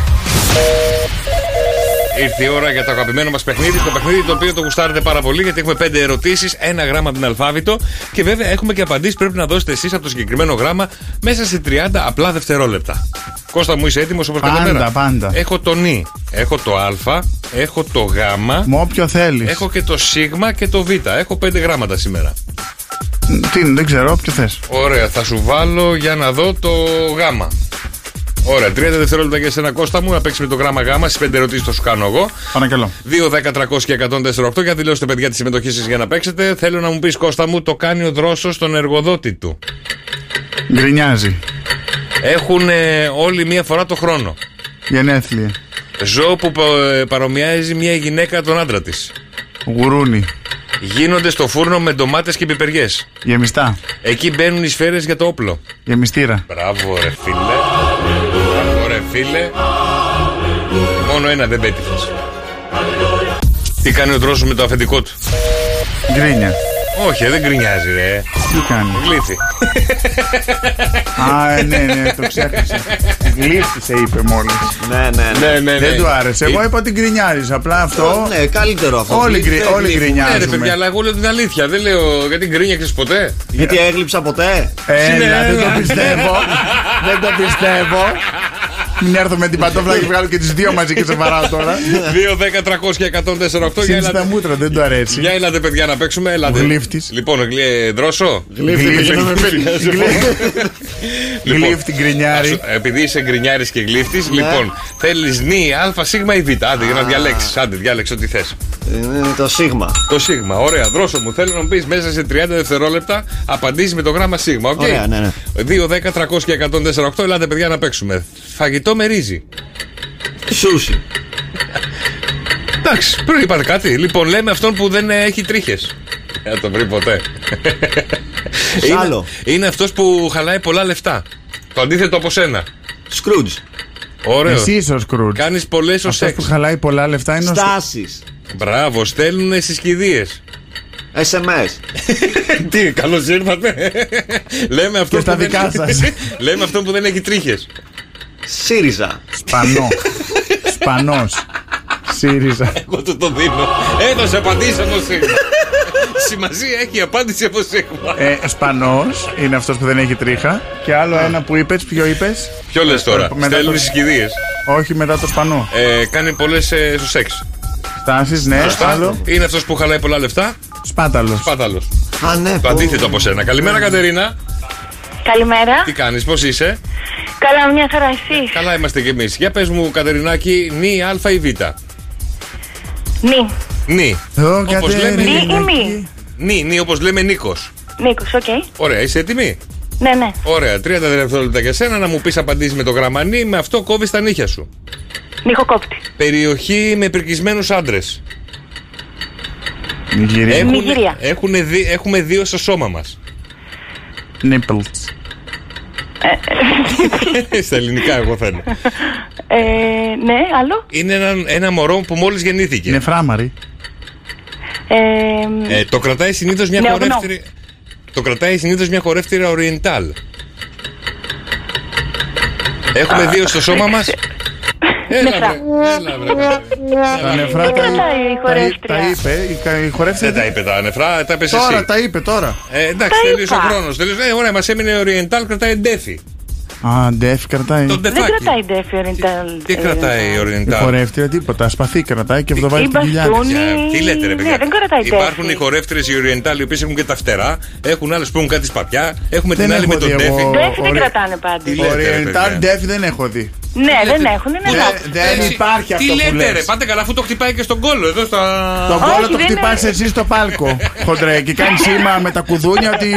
Ήρθε η ώρα για το αγαπημένο μας παιχνίδι. Το παιχνίδι το οποίο το γουστάρετε πάρα πολύ γιατί έχουμε πέντε ερωτήσεις, ένα γράμμα από την αλφάβητο και βέβαια έχουμε και απαντήσεις πρέπει να δώσετε εσείς από το συγκεκριμένο γράμμα μέσα σε 30 απλά δευτερόλεπτα. Κώστα μου είσαι έτοιμος όπως
Πάντα,
κάθε μέρα.
πάντα.
Έχω το νι, έχω το α, έχω το γ,
Με όποιο θέλεις.
έχω και το σ και το β. Έχω πέντε γράμματα σήμερα.
Τι είναι, δεν ξέρω, ποιο θες.
Ωραία, θα σου βάλω για να δω το γάμα. Ωραία, 30 δευτερόλεπτα για σένα Κώστα μου να παίξει με το γράμμα γάμα. Στις 5 ερωτήσει θα σου κάνω εγώ.
Παρακαλώ.
2, 10, 300 και 148 για δηλώστε παιδιά τη συμμετοχή σας για να παίξετε. Θέλω να μου πεις Κώστα μου, το κάνει ο δρόσος στον εργοδότη του.
Γκρινιάζει.
Έχουν ε, όλοι μία φορά το χρόνο.
Γενέθλια.
Ζώο που πα- ε, παρομοιάζει μία γυναίκα τον άντρα της.
Γουρούνι.
Γίνονται στο φούρνο με ντομάτες και πιπεριές.
Γεμιστά.
Εκεί μπαίνουν οι σφαίρες για το όπλο.
Γεμιστήρα.
Μπράβο ρε φίλε Μπράβο ρε φίλε Μόνο ένα δεν πέτυχες Τι κάνει ο Δρόσο με το αφεντικό του.
Γκρίνια.
Όχι, ε, δεν γκρινιάζει, ρε.
Τι κάνει.
Γλύφει.
Α, ναι, ναι, το ξέχασα. Γλύφτησε, είπε μόλις.
Ναι,
ναι, ναι.
Δεν του άρεσε. Εγώ είπα ότι γκρινιάρει. Απλά αυτό.
Ναι, καλύτερο αυτό.
Όλοι,
Γλύφτε,
γκρι, όλοι
γλύφτε.
Ναι, ρε
γκρινιάζουμε.
παιδιά, αλλά εγώ λέω την αλήθεια. Δεν λέω γιατί γκρίνιαξες ποτέ.
Γιατί έγλειψα ποτέ.
Έλα,
Συνέβη.
δεν το πιστεύω. δεν το πιστεύω. Μην έρθω με την παντόφλα και βγάλω και τις δύο μαζί και σε βαράω τώρα.
2, 10, 300 και 148 για
Σύνδεσαι τα
έλατε.
μούτρα, δεν το αρέσει.
Για έλατε, παιδιά, να παίξουμε. Έλατε.
Γλύφτης.
Λοιπόν, γλυ- δρόσο.
Γλύφτη, γλύφτη,
Λοιπόν,
Γλύφτη, γκρινιάρη.
ας- Επειδή είσαι γκρινιάρης και γλύφτης,
Ναι.
λοιπόν, θέλεις νη, α, σίγμα ή β. Άντε, για να διαλέξεις. Άντε, διάλεξε ό,τι θες.
Το σίγμα.
Το σίγμα, ωραία. Δρόσο μου, θέλω να μου πεις μέσα σε 30 δευτερόλεπτα απαντήσεις με το γράμμα σίγμα. οκ.
Ωραία, ναι, ναι.
2, 10, 300 και 148. Ελάτε, παιδιά, να παίξουμε. Φαγητό με ρύζι.
Σούσι.
Εντάξει, πριν είπατε κάτι. Λοιπόν, λέμε αυτόν που δεν ε, έχει τρίχες. Δεν το βρει ποτέ.
Άλλο.
Είναι, είναι αυτός που χαλάει πολλά λεφτά. Το αντίθετο από σένα.
Σκρούτζ.
Ωραίο.
Εσύ είσαι ο Σκρούτζ.
Κάνεις πολλές ω
Αυτό
σεξ.
που χαλάει πολλά λεφτά είναι ο Σκρούτζ.
Στάσεις.
Μπράβο, στέλνουν στι κηδείε.
SMS.
Τι, καλώς ήρθατε. Λέμε αυτό
Και στα
που δεν-
δικά σας.
Λέμε αυτό που δεν έχει τρίχες.
ΣΥΡΙΖΑ.
Σπανό. Σπανός. ΣΥΡΙΖΑ.
Εγώ του το δίνω. Έδωσε απαντήσεις από σίγμα. Σημασία έχει η απάντηση από σίγμα.
Ε, Σπανός είναι αυτός που δεν έχει τρίχα. Και άλλο ένα που είπες, ποιο είπες.
Ποιο λες τώρα,
Μετά το-
στέλνουν στι κηδείε.
Όχι μετά το σπανό.
Ε, κάνει πολλές ε, στο σεξ.
Στάσει, ναι,
Σωστά.
άλλο.
Είναι αυτός που χαλάει πολλά λεφτά.
Σπάταλος.
Σπάταλος.
Α, ναι.
Το αντίθετο από σένα. Καλημέρα, Κατερίνα.
Καλημέρα.
Τι κάνεις, πώς είσαι.
Καλά, μια χαρά εσύ.
Καλά είμαστε κι εμείς. Για πες μου, Κατερινάκη, νη, α ή β.
Νι.
Νη.
Εδώ
Όπως λέμε,
Νι
κατέβαινε.
ή μη.
Νη, νη όπως λέμε Νίκος.
Νίκος, οκ.
Ωραία, είσαι έτοιμη.
Ναι, ναι.
Ωραία, 30 δευτερόλεπτα για σένα να μου πεις απαντήσεις με το γραμμανί, με αυτό κόβεις τα νύχια σου.
Νυχοκόπτη.
Περιοχή με πρικισμένου άντρε.
Ναι. Νιγηρία.
Ε,
Νιγηρία.
έχουμε δύο στο σώμα μας.
Nipples.
Στα ελληνικά, εγώ θέλω.
Ε, ναι, άλλο.
Είναι ένα, ένα μωρό που μόλις γεννήθηκε.
Είναι φράμαρη.
Ε,
Ε, το κρατάει συνήθως μια
Νεογνώ.
χορεύτηρη. Το κρατάει συνήθως μια χορεύτηρα Oriental. Έχουμε δύο στο σώμα μας. Έλα,
Νεφρά.
βρε, έλα, βρε. Ε,
Τα νεφρά τα,
κρατάει η
τα-
χορεύτρια.
τα είπε. Η, κα- η χορεύτρια
Δεν τα είπε τα νεφρά, τα είπες
Τώρα
εσύ.
τα είπε τώρα.
Ε, εντάξει,
Τα
τελείωσε ο
είπα.
χρόνος. Ε, ωραία, μας έμεινε Oriental, κρατάει ντέφι.
Α, ντεφ κρατάει.
Το
δεν
ντεφάκι.
κρατάει ντέφι Oriental. ε,
Τι κρατάει η
Η
Oriental.
χορεύτρια τίποτα. Σπαθί κρατάει και βδοβάει
Η
την κοιλιά. της.
μπαστούνι.
Για- Τι λέτε, ρε παιδιά.
Ναι, δεν κρατάει ντέφι.
Υπάρχουν οι χορεύτριε οι Oriental οι οποίες έχουν και τα φτερά. Έχουν άλλες που έχουν κάτι σπαπιά. Έχουμε
Δεν
την άλλη
έχω
με τον
δει εγώ.
ντέφι.
Ντέφι δεν
Ωραία.
κρατάνε πάντα.
Τι λέτε, ρε, παιδιά.
Oriental ντεφ δεν έχω δει.
Ναι, δεν έχουν. Είναι
Δε-
λάθος.
Δεν
Έτσι,
υπάρχει αυτό
Τι
που
λέτε, ρε,
λες.
πάτε καλά, αφού το χτυπάει και στον κόλλο εδώ στα.
Τον
Όχι,
κόλλο το
δεν
χτυπάς
είναι.
εσύ στο πάλκο. Χοντρέ και κάνεις σήμα με τα κουδούνια ότι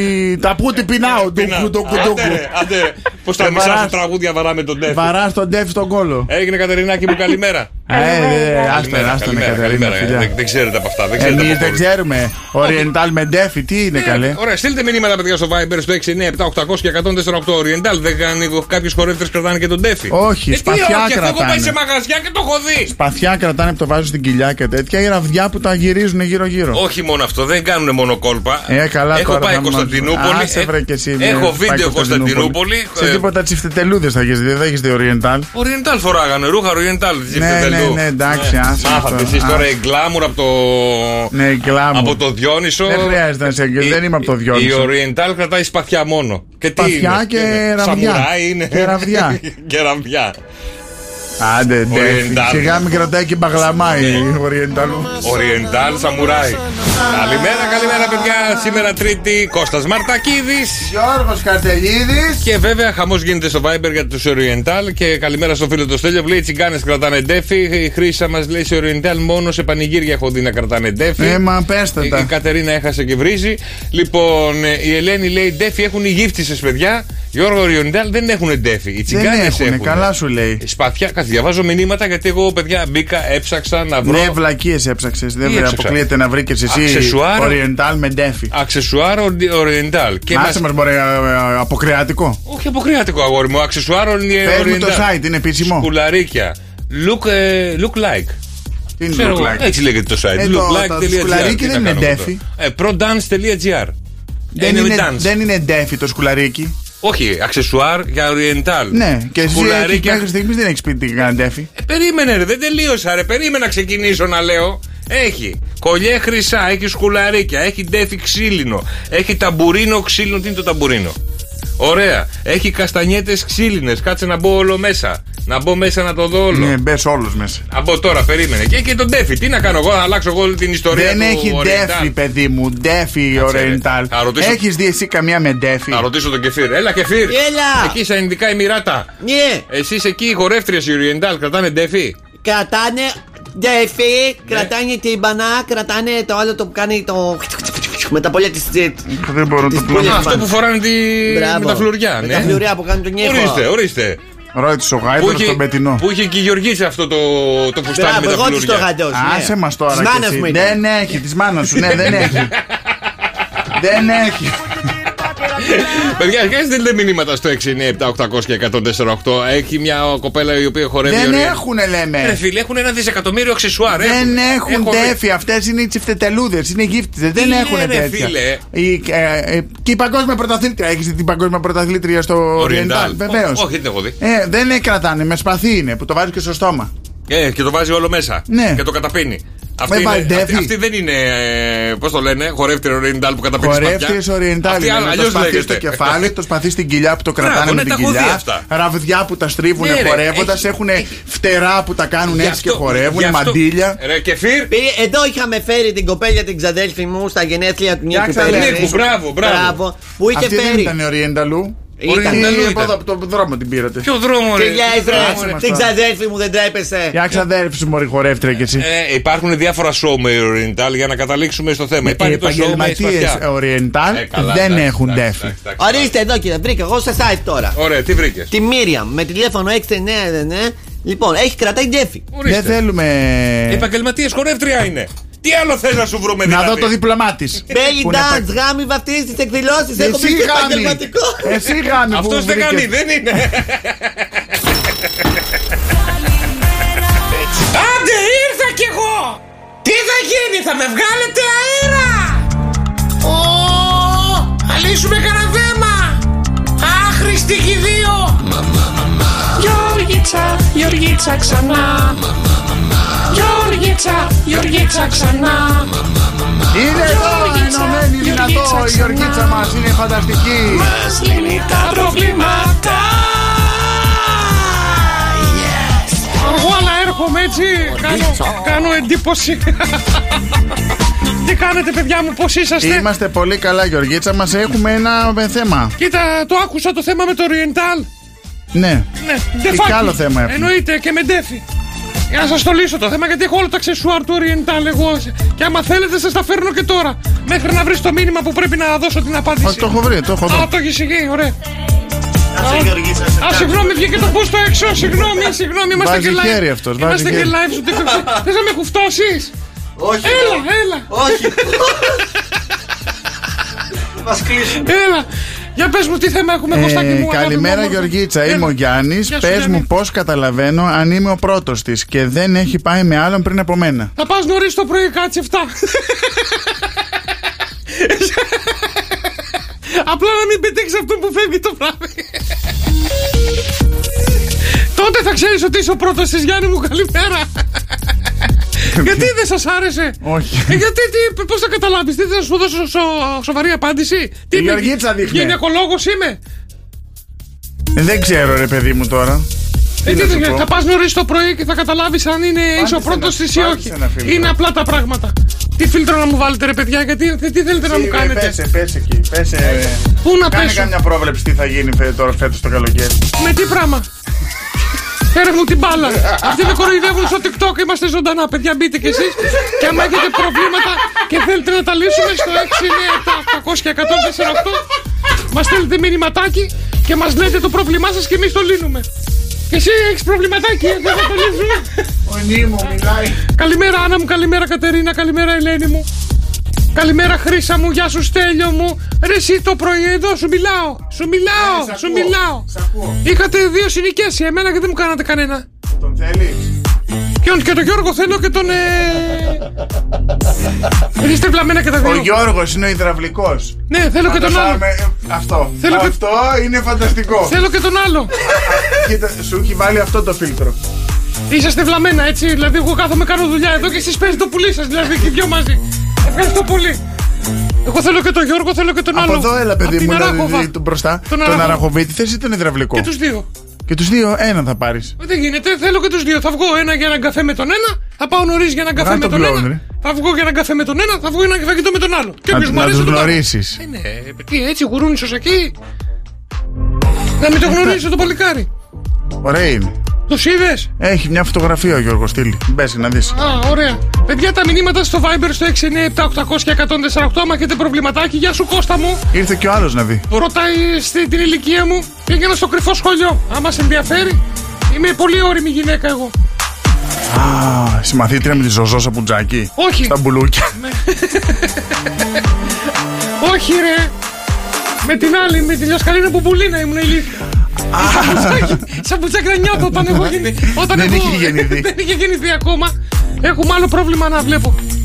τα πού τι πεινάω. Ντουκου, ντουκου,
Άντε,
ντουκου.
ρε, άντε. ρε. Πως τα
Και
μισά
βαράς.
του τραγούδια βαράμε τον Ντέφι.
Βαράς τον ντεφ στον κόλλο.
Έγινε Κατερινάκη μου, καλημέρα.
Ε, ε, Άστα,
Καλημέρα,
άστα,
καλημέρα,
Κατερίνα.
καλημέρα. ε,
φιλιά.
Δεν- Δεν ξέρετε από αυτά. Δεν ξέρετε Ε,
Εμεί
από
δεν
αυτά.
ξέρουμε. Oriental με ντέφι, τι είναι καλέ.
Ωραία, στείλτε μηνύματα, παιδιά, στο Viber στο 697-800 και 148 Oriental. Δεν κάνει κάποιου χορεύτε κρατάνε και τον Ντέφι.
Όχι,
Ε, τι,
σπαθιά
όχι, αυτό Έχω πάει
κρατάνε.
σε μαγαζιά και το έχω δει.
Παθιά κρατάνε που το βάζουν στην κοιλιά και τέτοια. Ή ραβδιά που τα γυρίζουν γύρω-γύρω.
Όχι μόνο αυτό, δεν κάνουν μόνο κόλπα.
Ε, καλά
έχω
τώρα
πάει
θα μου
Κωνσταντινούπολη. ε,
μάθεις. Άσε, βρε, και εσύ, ναι,
έχω
πάει
βίντεο Κωνσταντινούπολη.
Σε
Ε,
τίποτα τσιφτετελούδες θα έχεις δει, δεν έχεις δει Oriental.
Oriental φοράγανε, ρούχα Oriental.
Ναι, ναι, ναι, εντάξει, άσε.
Μάθατε εσείς τώρα η
η
γκλάμουρ από το.
Ναι, γκλάμ.
Από το Διόνυσο.
Δεν χρειάζεται να σε αγγίζει, δεν είμαι από το
Ε, Η
Διόνυσο.
Oriental κρατάει σπαθιά μόνο. Και τι
Σπαθιά
είναι,
και
είναι,
ραβδιά.
Σαμουράι είναι.
Και ραβδιά.
και ραβδιά.
Άντε, ντε.
Oriental. Ναι.
Σιγά μην κρατάει και μπαγλαμά η Oriental.
Oriental Σαμουράι. Καλημέρα, καλημέρα παιδιά. Σήμερα Τρίτη, Κώστας Μαρτακίδης.
Γιώργος Καρτελίδης.
Και βέβαια, χαμός γίνεται στο Viber για τους Oriental. Και καλημέρα στο φίλο του Στέλιο. που Λέει: Τσιγκάνες κρατάνε ντέφι. Η Χρήσα μας λέει σε Oriental μόνο σε πανηγύρια έχω δει να κρατάνε ντέφι.
Ε, μα πέστε
η, η
τα.
Κατερίνα έχασε και βρίζει. Λοιπόν, ε, η Ελένη λέει: Ντέφι έχουν οι γύφτισες παιδιά. Γιώργο Oriental δεν έχουν ντέφι. Οι
Δεν
τσιγκάνες
έχουνε, καλά σου λέει.
Σπαθιά, κάτι διαβάζω μηνύματα γιατί εγώ παιδιά μπήκα, έψαξα να βρω.
Ναι, βλακίες έψαξες.
Τι
Δεν
έψαξα?
αποκλείεται να βρει και εσύ
Αξεσουάρ.
Oriental με ντέφι.
Αξεσουάρ Oriental. Και μας...
Άσε μα, μπορεί αποκρεατικό.
Όχι αποκριάτικο αγόρι μου, αξεσουάρ
Πες μου
Oriental.
το site, είναι επίσημο.
Σκουλαρίκια. Look, ε, look like.
Τι είναι
Ξέρω εγώ,
Look Like?
Έτσι λέγεται το site.
Ε, το- το σκουλαρίκι
Τι
δεν
να
είναι
κάνουμε
Defi.
τώρα. Ε, prodance.gr.
Δεν
με
είναι,
dance.
δεν είναι ντέφι το σκουλαρίκι.
Όχι, αξεσουάρ για oriental.
Ναι, και εσύ
Σκουλαρίκια-
έχεις- μέχρι στιγμής δεν έχεις πει τι κάνει ντέφι.
Ε, Περίμενε, ρε, δεν τελείωσα, ρε. Περίμενα να ξεκινήσω να λέω. Έχει κολλιέ χρυσά, έχει σκουλαρίκια, έχει ντέφι ξύλινο, έχει ταμπουρίνο ξύλινο. Τι είναι το ταμπουρίνο. Ωραία. Έχει καστανιέτες ξύλινες. Κάτσε να μπω όλο μέσα. Να μπω μέσα να το δω όλο.
Ναι, μπες όλους μέσα.
Να μπω τώρα, περίμενε. Και έχει τον ντέφι. Τι να κάνω εγώ, να αλλάξω εγώ όλη την ιστορία
Δεν
του
έχει
Oriental.
ντέφι, παιδί μου. Ντέφι
Κάτσε, ρε.
Oriental.
Θα ρωτήσω-
Έχεις δει εσύ καμία με ντέφι.
Να ρωτήσω τον κεφίρ. Έλα, κεφίρ.
Έλα.
Εκεί στα Ινδικά Εμμυράτα.
Ναι.
Εσείς εκεί οι χορεύτριες οι Oriental κρατάνε ντέφι.
Κρατάνε ντεφί, κρατάνε την μπανά, κρατάνε το άλλο το που κάνει το. Με τα πόλια της.
Δεν μπορώ να το
Α, Αυτό που φοράνε τη...
Μπράβο.
με Ε, τα φλουριά.
Με
ναι.
τα φλουριά που κάνουν τον νύχο.
Ορίστε, ορίστε.
Ρώτησε ο Γάιδρο
είχε-
στον Πετινό.
που είχε και η Γεωργίτσα αυτό το, το φουστάνι
Μπράβο,
με τα
εγώ της το
φλουριά.
γαντώσα. ναι.
Άσε μας τώρα.
Της
κι
μάνας
εσύ. ναι,
μου ήταν.
Δεν έχει, της μάνας σου. Ναι, δεν έχει. Δεν έχει.
Παιδιά, και στείλτε μηνύματα στο 697-800 και 148. Έχει μια κοπέλα η οποία χορεύει.
Δεν
ωραία.
έχουνε, λέμε.
Ρε φίλε, έχουν ένα δισεκατομμύριο αξεσουάρ.
Δεν έχουν
Έχω δει.
τέφι. Αυτές είναι οι τσιφτετελούδες. Είναι γύφτες. Δεν
είναι,
έχουν
ρε,
τέτοια.
φίλε?
Η- ε, ε, Και η παγκόσμια πρωταθλήτρια. Έχεις δει την παγκόσμια πρωταθλήτρια στο Oriental.
Oriental.
Βεβαίως.
Ό, όχι, δεν έχω δει.
Ε, δεν ε, κρατάνε, με σπαθί είναι που το βάζει και στο στόμα.
Ε, και το βάζει όλο μέσα.
Ναι.
Και το καταπίνει. Αυτή,
Με
είναι,
παλτέφι.
αυτή, αυτή δεν είναι, πώς το λένε, χορεύτρια Oriental που καταπίνει
Χορεύτριε
σπαθιά.
Oriental.
Αυτή
είναι, με
αλλιώς
Το σπαθί στο
λέγεται.
κεφάλι, το σπαθί στην κοιλιά που το κρατάνε
Μπράβο, ναι,
με την
τα έχω δει
κοιλιά.
αυτά.
Ραβδιά που τα στρίβουν
Ναι, ρε,
χορεύοντας.
έχει-
Έχουν φτερά που τα κάνουν
Γι'
έτσι και
αυτό-
χορεύουν.
γι' αυτό- Ε,
Μαντίλια.
Ρε, κεφίρ.
Πήγε- Εδώ είχαμε φέρει την κοπέλια την ξαδέλφη μου στα γενέθλια του Νίκου
Φτιάξανε
Πέρι.
Νίκου,
μπράβο, μπράβο.
Που είχε
Αυτή δεν
φέρει.
ήταν Orientalού.
Ήταν.
Ή
Orientalού
από
ήταν.
εδώ, από τον δρόμο την πήρατε.
Ποιο δρόμο, ρε.
Τι λέει, βρε,
Άσε μας
την
τώρα.
ξαδέλφη μου, δεν τρέπεσαι.
Για ξαδέρφη σου, Μωρή, χορεύτρια κι εσύ.
Ε, υπάρχουν διάφορα show με Oriental για να καταλήξουμε στο θέμα.
Οι
Υπάρχει το show με
επαγγελματίες
σπαθιά.
Oriental
Ε, καλά,
δεν
εντάξει,
έχουν
εντάξει,
ντέφι.
εντάξει, εντάξει.
Ορίστε εδώ κύριε, βρήκα εγώ σε site τώρα.
Ωραία, τι βρήκες.
Τη Μίριαμ με τηλέφωνο 699. Λοιπόν, έχει κρατάει ντέφι.
Δεν θέλουμε.
Επαγγελματίες χορεύτρια είναι. Τι άλλο θες να σου βρούμε,
Να
δηλαδή.
δω το διπλωμά της.
Μπέλι dance, γάμι βαφτίζει τι εκδηλώσει. Έχω
Εσύ
μπει στο
γάμι.
επαγγελματικό.
Εσύ γάμι.
Αυτό
που
δεν
βρήκες.
κάνει, δεν είναι.
Άντε ήρθα κι εγώ! Τι θα γίνει, θα με βγάλετε αέρα! Ω, θα λύσουμε κανένα θέμα! Άχρηστη κι οι δύο! Γιώργιτσα, Γιώργιτσα ξανά! Γιώργιτσα, Γιώργιτσα ξανά!
Είναι εδώ
Γεωργίτσα,
ενωμένη
Γεωργίτσα
δυνατό η
ξανά.
Γεωργίτσα μας είναι φανταστική
Μας λύνει τα προβλήματα!
Εγώ αλλά έρχομαι έτσι, κάνω, κάνω εντύπωση. Τι κάνετε παιδιά μου, πώς είσαστε.
Είμαστε πολύ καλά Γεωργίτσα μας έχουμε ένα ε, θέμα
Κοίτα, το άκουσα το θέμα με το Oriental.
Ναι
Ναι,
Τι
de facto.
άλλο θέμα έχουμε.
Εννοείται και με ντέφι. Για να σας το λύσω το θέμα, γιατί έχω όλα τα αξεσουάρ του Oriental εγώ. Και άμα θέλετε, σας τα φέρνω και τώρα. Μέχρι να βρεις το μήνυμα που πρέπει να δώσω την απάντηση.
Α, το έχω βρει, το έχω δει.
Α, το έχεις εκεί, ωραία. Α, συγγνώμη, βγήκε το πούστο έξω. Συγγνώμη, συγγνώμη, είμαστε
Βάζει
και live.
χέρι αυτός, βάζει
Είμαστε και
χέρι.
live στο TikTok. Θες να με κουφτώσεις.
Όχι,
Έλα, έλα.
όχι.
Μας κλείσουν. Έλα. Για πες μου, τι θέμα έχουμε,
Ε,
Κωστάκη μου. αγάπη
καλημέρα
μου, όμορφη.
Γεωργίτσα,
Έλα.
είμαι ο Γιάννη.
Γεια σου,
Πε
Γιάννη.
μου πώς καταλαβαίνω αν είμαι ο πρώτος της και δεν έχει πάει με άλλον πριν από μένα.
Θα πας νωρίς το πρωί, κάτσε 7. Απλά να μην πετύχεις αυτό που φεύγει το βράδυ. Τότε θα ξέρεις ότι είσαι ο πρώτος της Γιάννη μου, καλημέρα. γιατί δεν σας άρεσε.
Όχι.
Ε, γιατί, τι, πώς θα καταλάβεις, τι θα σου δώσω σο- σοβαρή απάντηση. Τι είμαι,
Γεωργίτσα δείχνε.
γυναικολόγος είμαι.
Δεν ξέρω, ρε παιδί μου τώρα.
Ε,
Τι
τι
να σου
δεν-
πω.
θα πας νωρίς το πρωί και θα καταλάβεις αν είναι, είσαι ο πρώτος της ή
πάλισε
όχι.
ένα ναι. φίλτρο.
Είναι απλά τα πράγματα. Τι φίλτρο να μου βάλετε ρε παιδιά, γιατί τι- τι θέλετε να μου
Ε,
κάνετε.
Πέσε, πέσε εκεί. Πέσε.
Πού να
Κάνε
πέσω?
καμιά πρόβλεψη τι θα γίνει φε- τώρα φέτος το καλοκαίρι.
Με τι πράγμα. Φέρε μου την μπάλα. Αυτοί με κοροϊδεύουν στο TikTok. Είμαστε ζωντανά, παιδιά. Μπείτε κι εσείς. Και άμα έχετε προβλήματα και θέλετε να τα λύσουμε στο 6, 9, 7, 800 και 148, μας στέλνετε μηνυματάκι και μας λέτε το πρόβλημά σας και εμείς το λύνουμε. Και εσύ έχεις προβληματάκι, ε, δεν θα το λύσουμε.
Ο Νίμο μιλάει.
Καλημέρα, Άννα μου, καλημέρα, Κατερίνα, καλημέρα, Ελένη μου. Καλημέρα, Χρήσα μου, γεια σου, Στέλιο μου. Ρε, εσύ το πρωί εδώ σου μιλάω. Σου μιλάω,
Ναι, σ'
σου
ακούω,
μιλάω.
σ' ακούω.
Είχατε δύο συνοικίε εμένα και δεν μου κάνατε κανένα.
Τον θέλεις.
Ποιον και τον Γιώργο θέλω και τον. Ε... Είστε βλαμμένα και τα
Ο
δύο.
Γιώργος είναι ο υδραυλικός.
Ναι, θέλω και τον άλλο.
ε, Αυτό.
Θέλω και-
αυτό είναι φανταστικό.
Θέλω και τον άλλο.
Κοίτα, σου έχει βάλει αυτό το φίλτρο.
Είσαστε βλαμμένα, έτσι. Δηλαδή, εγώ κάθομαι κάνω δουλειά εδώ και εσείς παίζετε το πουλί σας. Δηλαδή, και οι δυο μαζί. Ευχαριστώ πολύ. Εγώ θέλω και τον Γιώργο, θέλω και τον
Από
άλλο.
εδώ έλα,
Απ'
παιδί
την
μου, να
Αράχοβα.
δει τον μπροστά.
Τον
Τον
Αράχοβα.
αραχοβίτη θε ή τον υδραυλικό.
Και τους δύο.
Και τους δύο, έναν θα πάρεις.
Δεν γίνεται, θέλω και τους δύο. Θα βγω ένα για έναν καφέ με τον ένα, θα πάω νωρίς για έναν καφέ
Να
με
τον
τον
πλώνει,
ένα.
ρε.
Θα βγω για έναν καφέ με τον ένα, θα βγω για ένα φαγητό με τον άλλο. Και
Να-
όποιος μου
να
αρέσει,
τους
τον πάρω.
γνωρίσεις.
Ε, ναι, τι, έτσι γουρούνι στο σακί. Να μην το
Ε,
γνωρίσω το παλικάρι.
Ωραία είναι.
Το είδες.
Έχει μια φωτογραφία ο Γιώργος Στήλη. Μπες να δεις.
Α, ωραία. Παιδιά, τα μηνύματα στο Viber στο 697 800 1048. Άμα έχετε προβληματάκι, γεια σου Κώστα μου.
Ήρθε και ο άλλος να δει.
Ρωτάει στην την ηλικία μου, πήγαινα στο κρυφό σχολείο. Άμα σε ενδιαφέρει, είμαι πολύ όρημη γυναίκα εγώ.
Α, συμμαθήτρια με τη ζωζό σαπουτζάκι.
Όχι.
Στα μπουλούκια.
Όχι ρε Με την άλλη, με τη λιασκαλίνα που πουλίνα ήμουν ηλίθεια Ή Σαν μπουτσάκι- Σαν μπουτσάκι να νιώθω όταν εγώ γεννη... όταν
Δεν
εγώ-
είχε γεννηθεί.
Δεν είχε γεννηθεί ακόμα Έχουμε άλλο πρόβλημα να βλέπω